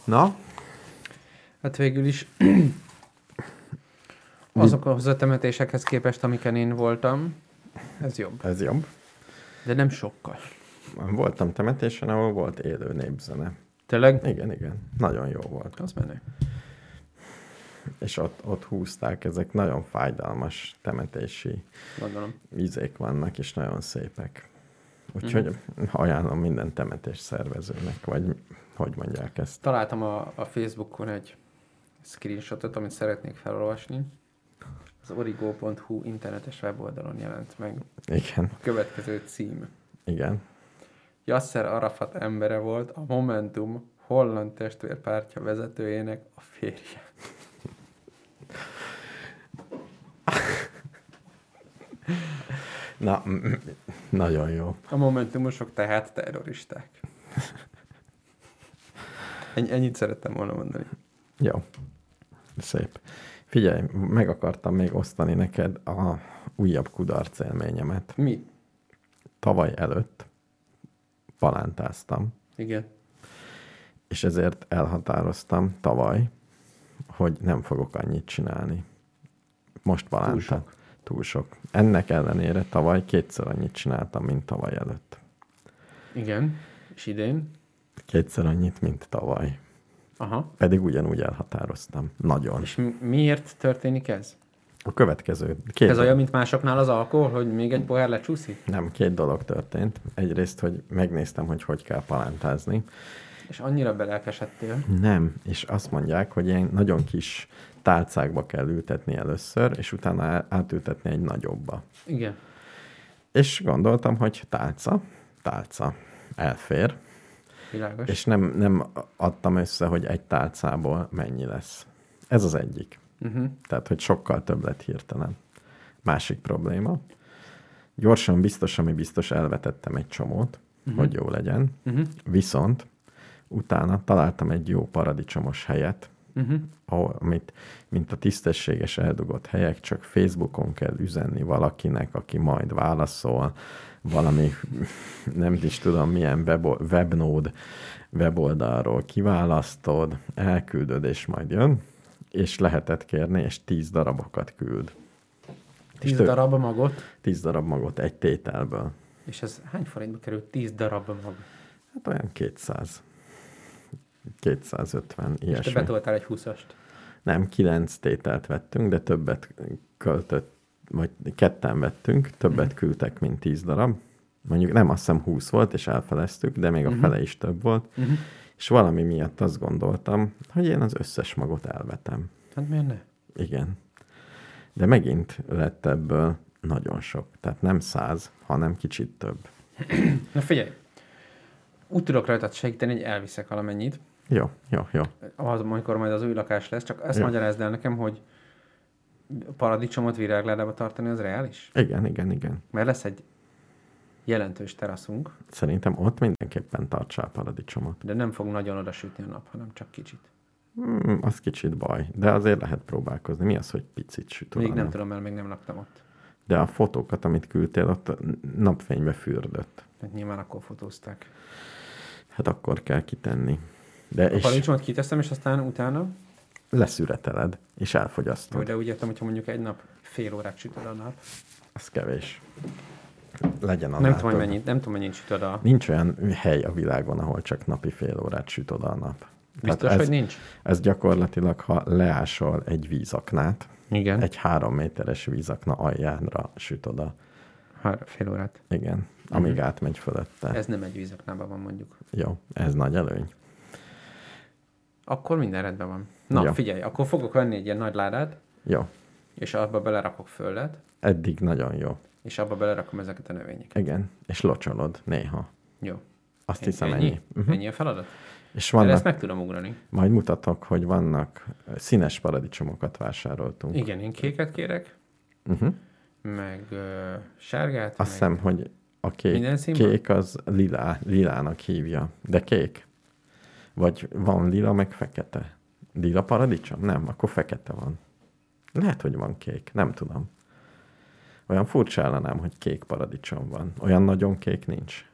Na,
Hát végül is azokhoz a temetésekhez képest, amiken én voltam, ez jobb.
ez jobb.
De nem sokkal.
Voltam temetésen, ahol volt élő népzene.
Tényleg?
Igen, igen. Nagyon jó volt.
Az menő.
És ott, ott húzták, ezek nagyon fájdalmas temetési
Gondolom.
izék vannak, és nagyon szépek. Úgyhogy ajánlom minden temetés szervezőnek, vagy hogy mondják ezt.
Találtam a, a Facebookon egy screenshotot, amit szeretnék felolvasni. Az origo.hu internetes weboldalon jelent meg.
Igen,
Következő cím.
igen.
Yasser Arafat embere volt a Momentum holland testvérpártja vezetőjének a férje.
Na, m- m- nagyon jó.
A Momentumosok tehát terroristák. Ennyi, ennyit szerettem volna mondani.
Jó. Szép. Figyelj, meg akartam még osztani neked a újabb kudarc élményemet.
Mi?
Tavaly előtt palántáztam,
Igen.
és ezért elhatároztam tavaly, hogy nem fogok annyit csinálni. Most palántát. Túl sok.
sok.
Túl sok. Ennek ellenére tavaly kétszer annyit csináltam, mint tavaly előtt.
Igen. És idén?
Kétszer annyit, mint tavaly.
Aha.
Pedig ugyanúgy elhatároztam. Nagyon.
És mi- miért történik ez?
A következő két
Ez olyan, mint másoknál az alkohol, hogy még egy pohár lecsúszik?
Nem, két dolog történt. Egyrészt, hogy megnéztem, hogy hogy kell palántázni.
És annyira belelkesedtél.
Nem, és azt mondják, hogy ilyen nagyon kis tálcákba kell ültetni először, és utána á- átültetni egy nagyobba.
Igen.
És gondoltam, hogy tálca, tálca, elfér,
Világos.
és nem, nem adtam össze, hogy egy tálcából mennyi lesz. Ez az egyik. Uh-huh. Tehát, hogy sokkal több lett hirtelen. Másik probléma. Gyorsan, biztos, ami biztos, elvetettem egy csomót, uh-huh. hogy jó legyen. Uh-huh. Viszont utána találtam egy jó paradicsomos helyet, uh-huh. ahol, amit, mint a tisztességes eldugott helyek, csak Facebookon kell üzenni valakinek, aki majd válaszol, valami, nem is tudom milyen webo- webnód weboldalról kiválasztod, elküldöd, és majd jön, és lehetett kérni, és tíz darabokat küld.
Tíz
tök-
darab a magot.
Tíz darab magot egy tételből.
És ez hány forintba került? Tíz darab a mag.
Hát olyan 200. 250,
És te
ilyesmi.
betoltál egy 20-ast.
Nem, kilenc tételt vettünk, de többet költött, vagy ketten vettünk, többet uh-huh. küldtek, mint tíz darab. Mondjuk nem, azt hiszem 20 volt, és elfeleztük, de még uh-huh. a fele is több volt. Uh-huh. És valami miatt azt gondoltam, hogy én az összes magot elvetem.
Hát miért ne?
Igen. De megint lett ebből nagyon sok. Tehát nem száz, hanem kicsit több.
Na figyelj, úgy tudok rajtad segíteni, hogy elviszek valamennyit,
Jó, jó, jó.
az, amikor majd az új lakás lesz, csak ezt
Jó.
magyarázd el nekem, hogy paradicsomot virágládába tartani, az reális?
Igen, igen, igen.
Mert lesz egy jelentős teraszunk,
Szerintem ott mindenképpen tartsa a paradicsomot.
de nem fog nagyon oda sütni a nap, hanem csak kicsit.
Hmm, az kicsit baj, de azért lehet próbálkozni. Mi az, hogy picit süt?
Még
utána?
nem tudom, mert még nem laktam ott.
De a fotókat, amit küldtél, ott napfénybe fürdött.
Tehát nyilván akkor fotózták.
Hát akkor kell kitenni. De
A
és
paradicsomot kiteszem, és Hát. aztán utána,
leszüreteled, és
jó,
elfogyasztod.
de úgy értem, hogyha mondjuk egy nap fél órát sütöd a nap.
Az kevés. Legyen
Nem
a
tudom, Hát hogy
látod.
mennyit, nem tudom, mennyit sütöd a...
Nincs olyan hely a világon, ahol csak napi fél órát süt oda a nap. Tehát
Biztos,
ez,
hogy nincs?
Ez gyakorlatilag, ha leásol egy vízaknát,
Igen.
egy három méteres vízakna aljánra süt oda.
Három, fél órát.
Igen, amíg átmegy fölötte.
Mhm. Ez nem egy vízaknában van mondjuk.
Jó, ez nagy előny.
Akkor minden rendben van. Na,
Jó.
figyelj, akkor fogok venni egy ilyen nagy ládát,
Jó,
és abba belerakok földet,
eddig nagyon jó.
és abba belerakom ezeket a növényeket.
Igen, és locsolod néha.
Jó.
Azt hiszem
ennyi?
ennyi. Uh-huh.
Ennyi a feladat?
És
De
vannak,
ezt meg tudom ugrani.
majd mutatok, hogy vannak ö, színes paradicsomokat vásároltunk.
Igen, én kéket kérek,
Uh-huh.
meg ö, sárgát,
Azt
meg
hiszem, hogy a
Minden
kék,
színben?
kék az lilá, lilának hívja, de kék. Vagy van lila, meg fekete. Lila paradicsom? Nem, akkor fekete van. Lehet, hogy van kék, nem tudom. Olyan furcsa ellenem, hogy kék paradicsom van. Olyan nagyon kék nincs.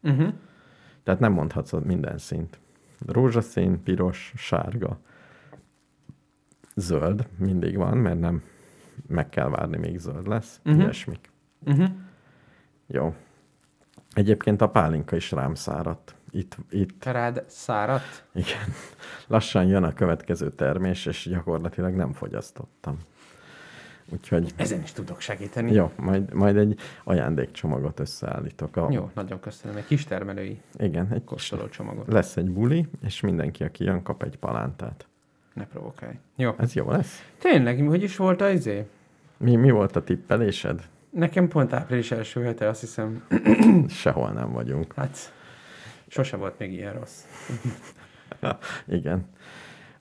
Mhm.
Tehát nem mondhatsz ott minden szint. Rózsaszín, piros, sárga, zöld mindig van, mert nem meg kell várni, még zöld lesz. Uh-huh. Ilyesmik.
Mhm.
Jó. Egyébként a pálinka is rám száradt. Itt, itt,
te rád száradt.
igen. Lassan jön a következő termés, és gyakorlatilag nem fogyasztottam. Úgyhogy
Ezen is tudok segíteni.
jó, majd, majd egy ajándékcsomagot összeállítok. A,
Jó, nagyon köszönöm. Egy kis termelői
Igen, egy kis,
kóstoló csomagot.
lesz egy buli, és mindenki, aki jön, kap egy palántát.
Ne provokálj. Jó.
Ez jó lesz?
Tényleg, hogy is volt az izé?
Mi, mi volt a tippelésed?
Nekem pont április első hete, azt hiszem,
Sehol nem vagyunk.
hát sose volt még ilyen rossz.
Igen.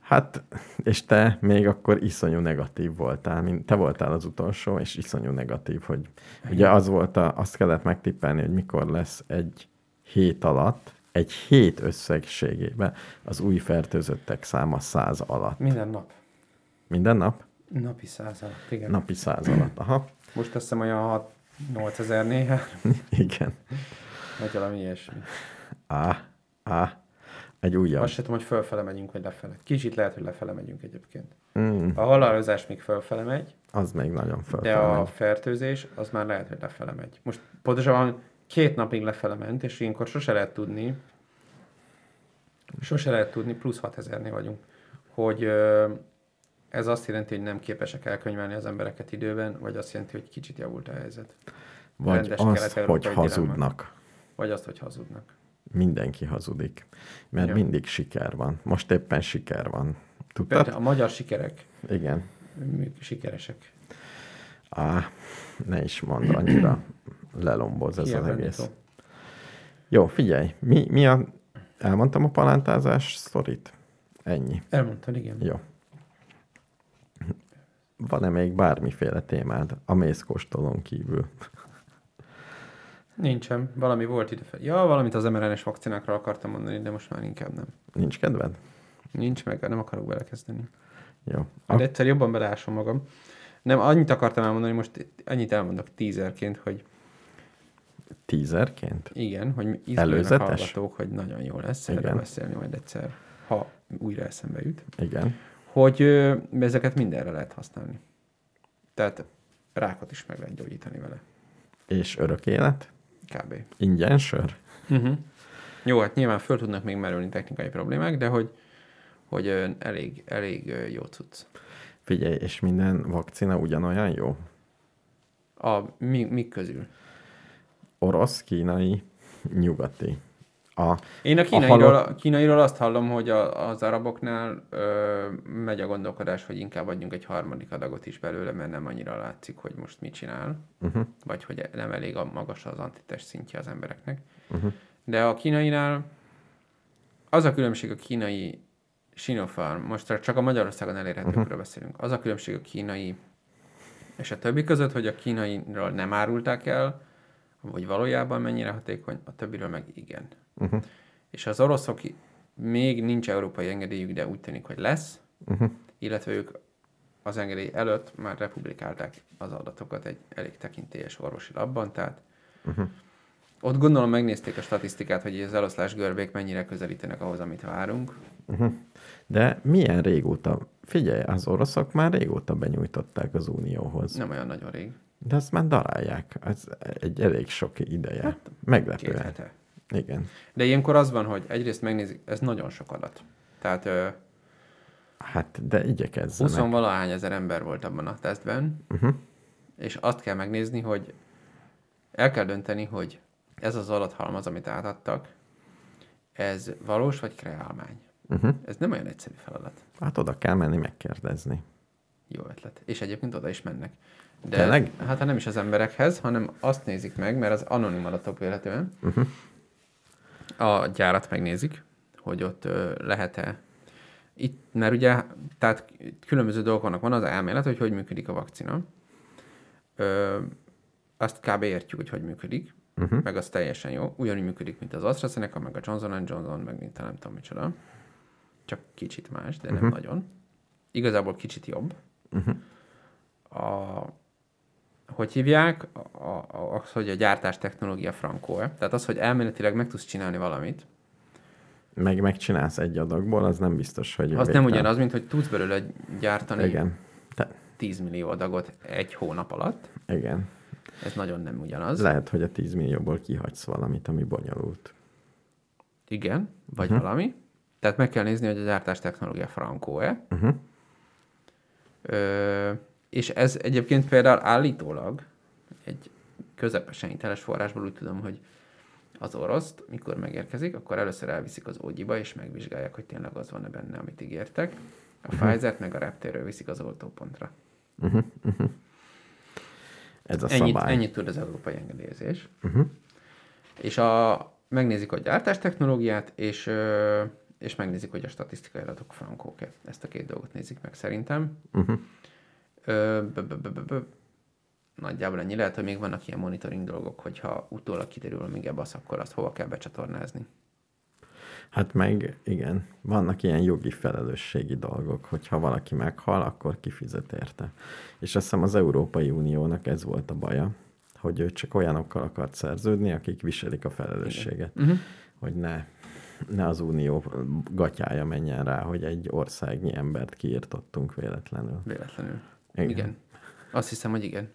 Hát, és te még akkor iszonyú negatív voltál, mint te voltál az utolsó, és iszonyú negatív, hogy ugye az volt, a, azt kellett megtippelni, hogy mikor lesz egy hét alatt, egy hét összegségében az új fertőzöttek száma száz alatt.
Minden nap.
Minden nap?
Napi százalat, igen.
Napi száz alatt, aha.
Most azt hiszem olyan 6 8 ezer néha,
Igen.
vagy valami ilyesmi.
Á, á, egy újabb.
Azt se tudom, hogy fölfele megyünk, vagy lefele. Kicsit lehet, hogy lefele megyünk egyébként.
Mm,
A halálozás még fölfele megy,
az még nagyon
de
fölfelé.
a
megy.
fertőzés az már lehet, hogy lefele megy. Most pontosan két napig lefele ment, és ilyenkor sose lehet tudni, sose lehet tudni, plusz 6 ezernél vagyunk, hogy ö, ez azt jelenti, hogy nem képesek elkönyvelni az embereket időben, vagy azt jelenti, hogy kicsit javult a helyzet.
Vagy
rendes
az,
kelet-európai
hogy
dilemma.
hazudnak.
Vagy azt, hogy hazudnak.
Mindenki hazudik, mert
Ja.
ja. mindig siker van. Most éppen siker van. Tudtad?
Például a magyar sikerek,
Igen.
mű- sikeresek.
Á, ne is mondd, annyira lelomboz ez az
Kielvenni
egész.
tudom.
Jó, figyelj, mi, mi a... Elmondtam a palántázás sztorit? Ennyi.
Elmondtad, igen.
Jó. Van-e még bármiféle témád a mészkóstolón kívül?
Nincsen. Valami volt ide fel. Ja, valamit az mRNA-s vakcinákra akartam mondani, de most már inkább nem.
Nincs kedved?
Nincs meg, nem akarok belekezdeni.
Jó.
Majd egyszer jobban belásom magam. Nem, annyit akartam elmondani, most annyit elmondok tízerként, hogy
Tízerként?
igen, hogy mi izgulnak
Előzetes?
hallgatók, hogy nagyon jó lesz erről
Igen.
beszélni majd egyszer, ha újra eszembe jut.
Igen.
Hogy ö, ezeket mindenre lehet használni. Tehát rákot is meg lehet gyógyítani vele.
És örök élet?
Kb.
Ingyen sör?
Uh-huh. Jó, hát nyilván föl tudnak még merülni technikai problémák, de hogy, hogy ö, elég, elég ö, jó cucc.
Figyelj, és minden vakcina ugyanolyan jó?
A mi, mik közül?
Orosz, kínai, nyugati. A,
Én a
halott-
kínairól, a kínairól azt hallom, hogy a, az araboknál ö, megy a gondolkodás, hogy inkább adjunk egy harmadik adagot is belőle, mert nem annyira látszik, hogy most mit csinál, uh-huh. vagy hogy nem elég a magas az antitest szintje az embereknek. Uh-huh. De a kínainál az a különbség a kínai Sinopharm, most csak a Magyarországon elérhetőkről uh-huh. beszélünk, az a különbség a kínai és a többi között, hogy a kínainról nem árulták el vagy valójában mennyire hatékony, a többiről meg igen. Uh-huh. És az oroszok még nincs európai engedélyük, de úgy tűnik, hogy lesz, uh-huh. illetve ők az engedély előtt már republikálták az adatokat egy elég tekintélyes orvosi labban, tehát uh-huh. ott gondolom megnézték a statisztikát, hogy az eloszlás görbék mennyire közelítenek ahhoz, amit várunk.
De milyen régóta? Figyelj, az oroszok már régóta benyújtották az Unióhoz.
Nem olyan nagyon rég.
De ezt már darálják. Ez egy elég sok ideje. Hát,
Két
Meglepően.
hete.
Igen.
De ilyenkor az van, hogy egyrészt megnézik, ez nagyon sok adat. Tehát ö,
Hát, de igyekezzenek.
20 valahány ezer ember volt abban a tesztben, uh-huh. és azt kell megnézni, hogy el kell dönteni, hogy ez az adathalmaz, amit átadtak, ez valós vagy kreálmány. Uh-huh. Ez nem olyan egyszerű feladat.
Hát oda kell menni megkérdezni.
Jó ötlet. És egyébként oda is mennek. De
Tényleg?
hát ha nem is az emberekhez, hanem azt nézik meg, mert az anonim adatok véletlenül. Uh-huh. A gyárat megnézik, hogy ott ö, lehet-e. Itt, mert ugye, tehát különböző dolgok vannak. Van az elmélet, hogy hogy működik a vakcina. Ö, azt kb. értjük, hogy hogy működik, uh-huh. meg az teljesen jó. Ugyanúgy működik, mint az AstraZeneca, meg a Johnson Johnson, meg mint a nem tudom micsoda. Csak kicsit más, de uh-huh. nem nagyon. Igazából kicsit jobb. Uh-huh. A, hogy hívják? A, a, az, hogy a gyártás technológia frankó. Tehát az, hogy elméletileg meg tudsz csinálni valamit,
Meg megcsinálsz egy adagból, az nem biztos, hogy...
az nem
végtelen-
ugyanaz, mint hogy tudsz belőle gyártani
Igen. Te,
10 millió adagot egy hónap alatt.
igen.
Ez nagyon nem ugyanaz.
Lehet, hogy a 10 millióból kihagysz valamit, ami bonyolult.
Igen, vagy uh-huh. valami. Tehát meg kell nézni, hogy a gyártás technológia frankó-e. Uh-huh. Ö, és ez egyébként például állítólag egy közepesen hiteles forrásból úgy tudom, hogy az oroszt, mikor megérkezik, akkor először elviszik az ógyiba, és megvizsgálják, hogy tényleg az van-e benne, amit ígértek. A uh-huh. Pfizer-t meg a reptérről viszik az oltópontra.
Ez a
ennyit,
szabály. Mhm.
ennyit tud az európai engedélyezés. Uh-huh. És a, megnézik a gyártástechnológiát, és, ö, és megnézik, hogy a statisztikai adatok frankók-e. Ezt a két dolgot nézik meg szerintem.
Mhm.
Uh-huh. Ö, b- b- b- b- b- nagyjából ennyi. Lehet, hogy még vannak ilyen monitoring dolgok, hogyha utólag kiderül, még ebbe az, akkor azt hova kell becsatornázni.
Hát meg, igen, vannak ilyen jogi felelősségi dolgok, hogyha valaki meghal, akkor kifizet érte. És azt hiszem az Európai Uniónak ez volt a baja, hogy ő csak olyanokkal akart szerződni, akik viselik a felelősséget. Uh-huh. Hogy ne, ne az Unió gatyája menjen rá, hogy egy országnyi embert kiirtottunk véletlenül.
Véletlenül. Igen.
Igen.
igen. Azt hiszem, hogy igen.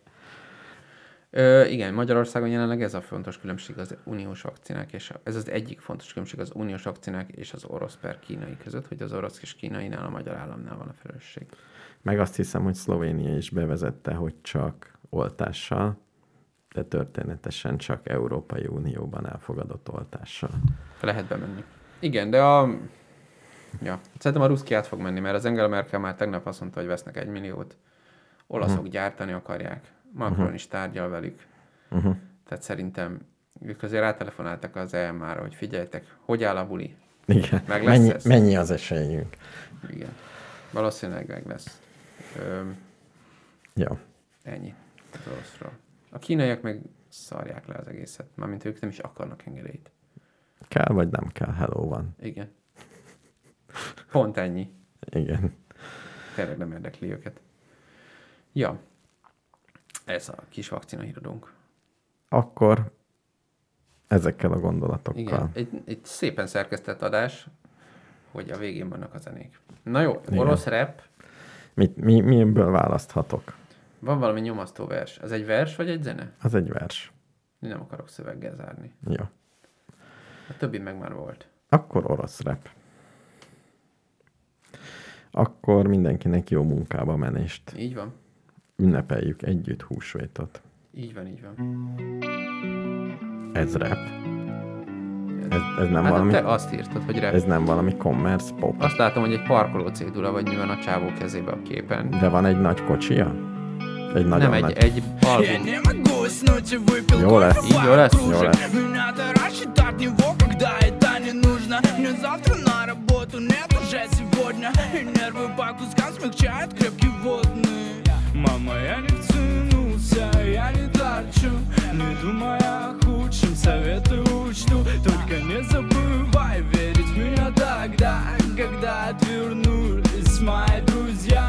Ö, igen, Magyarországon jelenleg ez a fontos különbség az uniós vakcinák, és a- ez az egyik fontos különbség az uniós vakcinák és az orosz per kínai között, hogy az orosz és kínainál a magyar államnál van a felelősség.
Meg azt hiszem, hogy Szlovénia is bevezette, hogy csak oltással, de történetesen csak Európai Unióban elfogadott oltással.
Lehet bemenni. Igen, de a... Ja, szerintem a ruszki át fog menni, mert az Angela Merkel már tegnap azt mondta, hogy vesznek egy milliót. Olaszok uh-huh. gyártani akarják. Macron uh-huh. is tárgyal velük. Uh-huh. Tehát szerintem ők azért rátelefonáltak az EMA-ra, hogy figyeljetek, hogy áll a buli.
Igen.
Meg lesz
mennyi,
ez?
mennyi az esélyünk?
Igen. Valószínűleg meg lesz. Öm,
Jó.
ennyi az oroszról. A kínaiak meg szarják le az egészet. Mármint ők nem is akarnak engedélyt.
Kell vagy nem kell, hello van.
Igen. Pont ennyi.
Igen.
Tényleg nem érdekli őket. Ja. Ez a kis vakcina híradónk.
Akkor ezekkel a gondolatokkal.
Igen, egy, egy szépen szerkesztett adás, hogy a végén vannak a zenék. Na jó, orosz rap,
Mit, mi, miből választhatok?
van valami nyomasztó vers. Ez egy vers vagy egy zene?
Az egy vers.
Én nem akarok szöveggel zárni.
Jó.
A többi meg már volt.
Akkor orosz rep. Akkor mindenkinek jó munkába menést.
Így van.
Ünnepeljük együtt húsvétot.
Így van, így
Mm.
van.
Ez rep. Ez, ez nem
Hát
valami...
te azt írtad, hogy rap.
Ez nem valami commerce pop.
Azt látom, hogy egy parkoló cédula vagy mi van a csávó kezébe a képen.
De van egy nagy kocsia? Egy nagyon
Nem,
nagy...
egy, egy
Я
album.
не могу уснуть и выпил
Йола.
кофе пару
Йола,
кружек.
Йола.
И Надо рассчитать него, когда это не нужно Мне завтра на работу нет уже сегодня И нервы по кускам смягчают крепкий водный Мама, я не в цену вернуться я не торчу Не думая о худшем, советы учту Только не забывай верить в меня тогда Когда отвернулись мои друзья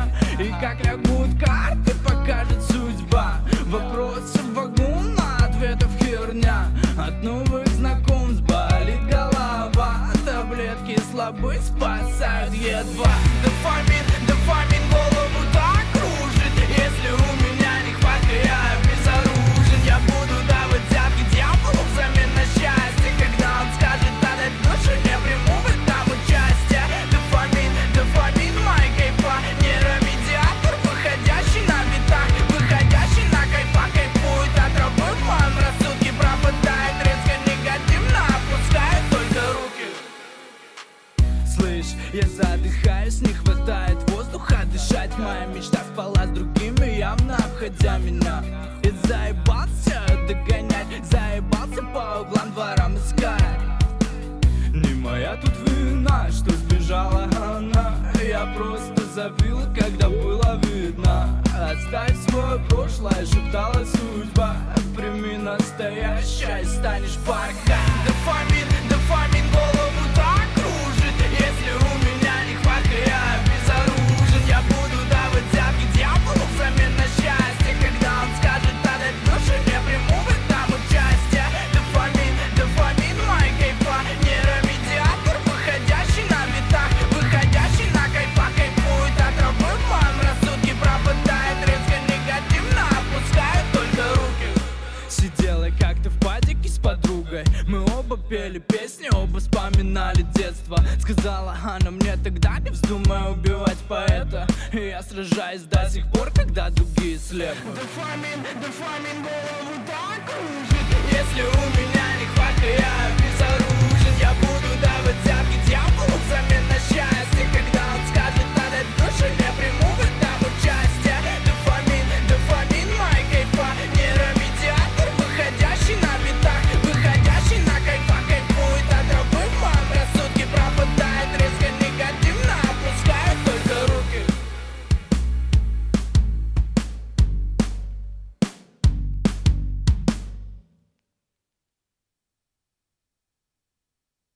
И как лягут карты, покажет судьба Вопросы вагона, ответов херня От новых знакомств болит голова Таблетки слабы спасают едва Дофамин, дофамин голову так кружит Если у меня нехватка, я безоружен Я буду давать взятки дьяволу взамен на счастье Когда он скажет, надо душу, не приму в этом участие Дофамин, дофамин, май кайфа Нейромедиатор, выходящий на битах Выходящий на кайфа, кайфует от рабы В моем рассудке пропадает резко негативно Опускает только руки Слышь, я задыхаюсь, не хватает воздуха дышать Моя мечта спала с другими, явно обходя меня И заебался догонять, заебался по углам дворам искать не моя тут вина, что сбежала она Я просто забил, когда было видно Отставь свое прошлое, шептала судьба Прими настоящее, и станешь парка Дофамин, дофамин голову так кружит Если у меня нехватка, я безоружен Я буду давать взятки дьяволу взамен на счастье Когда он скажет, надо души, не приму в этом участие Дофамин, дофамин, май кайфа Нейромедиатор, выходящий на витах Выходящий на кайфа, кайфует от рабы В моем рассудке пропадает резко негативно Опускают только руки Сидела как-то в падике с подругой Мы оба пели песни, оба вспоминали детство Сказала она мне тогда, не вздумай убивать поэта И я сражаюсь до сих пор, когда другие слепы Дофамин, дофамин голову так кружит Если у меня нехватка, я безоружен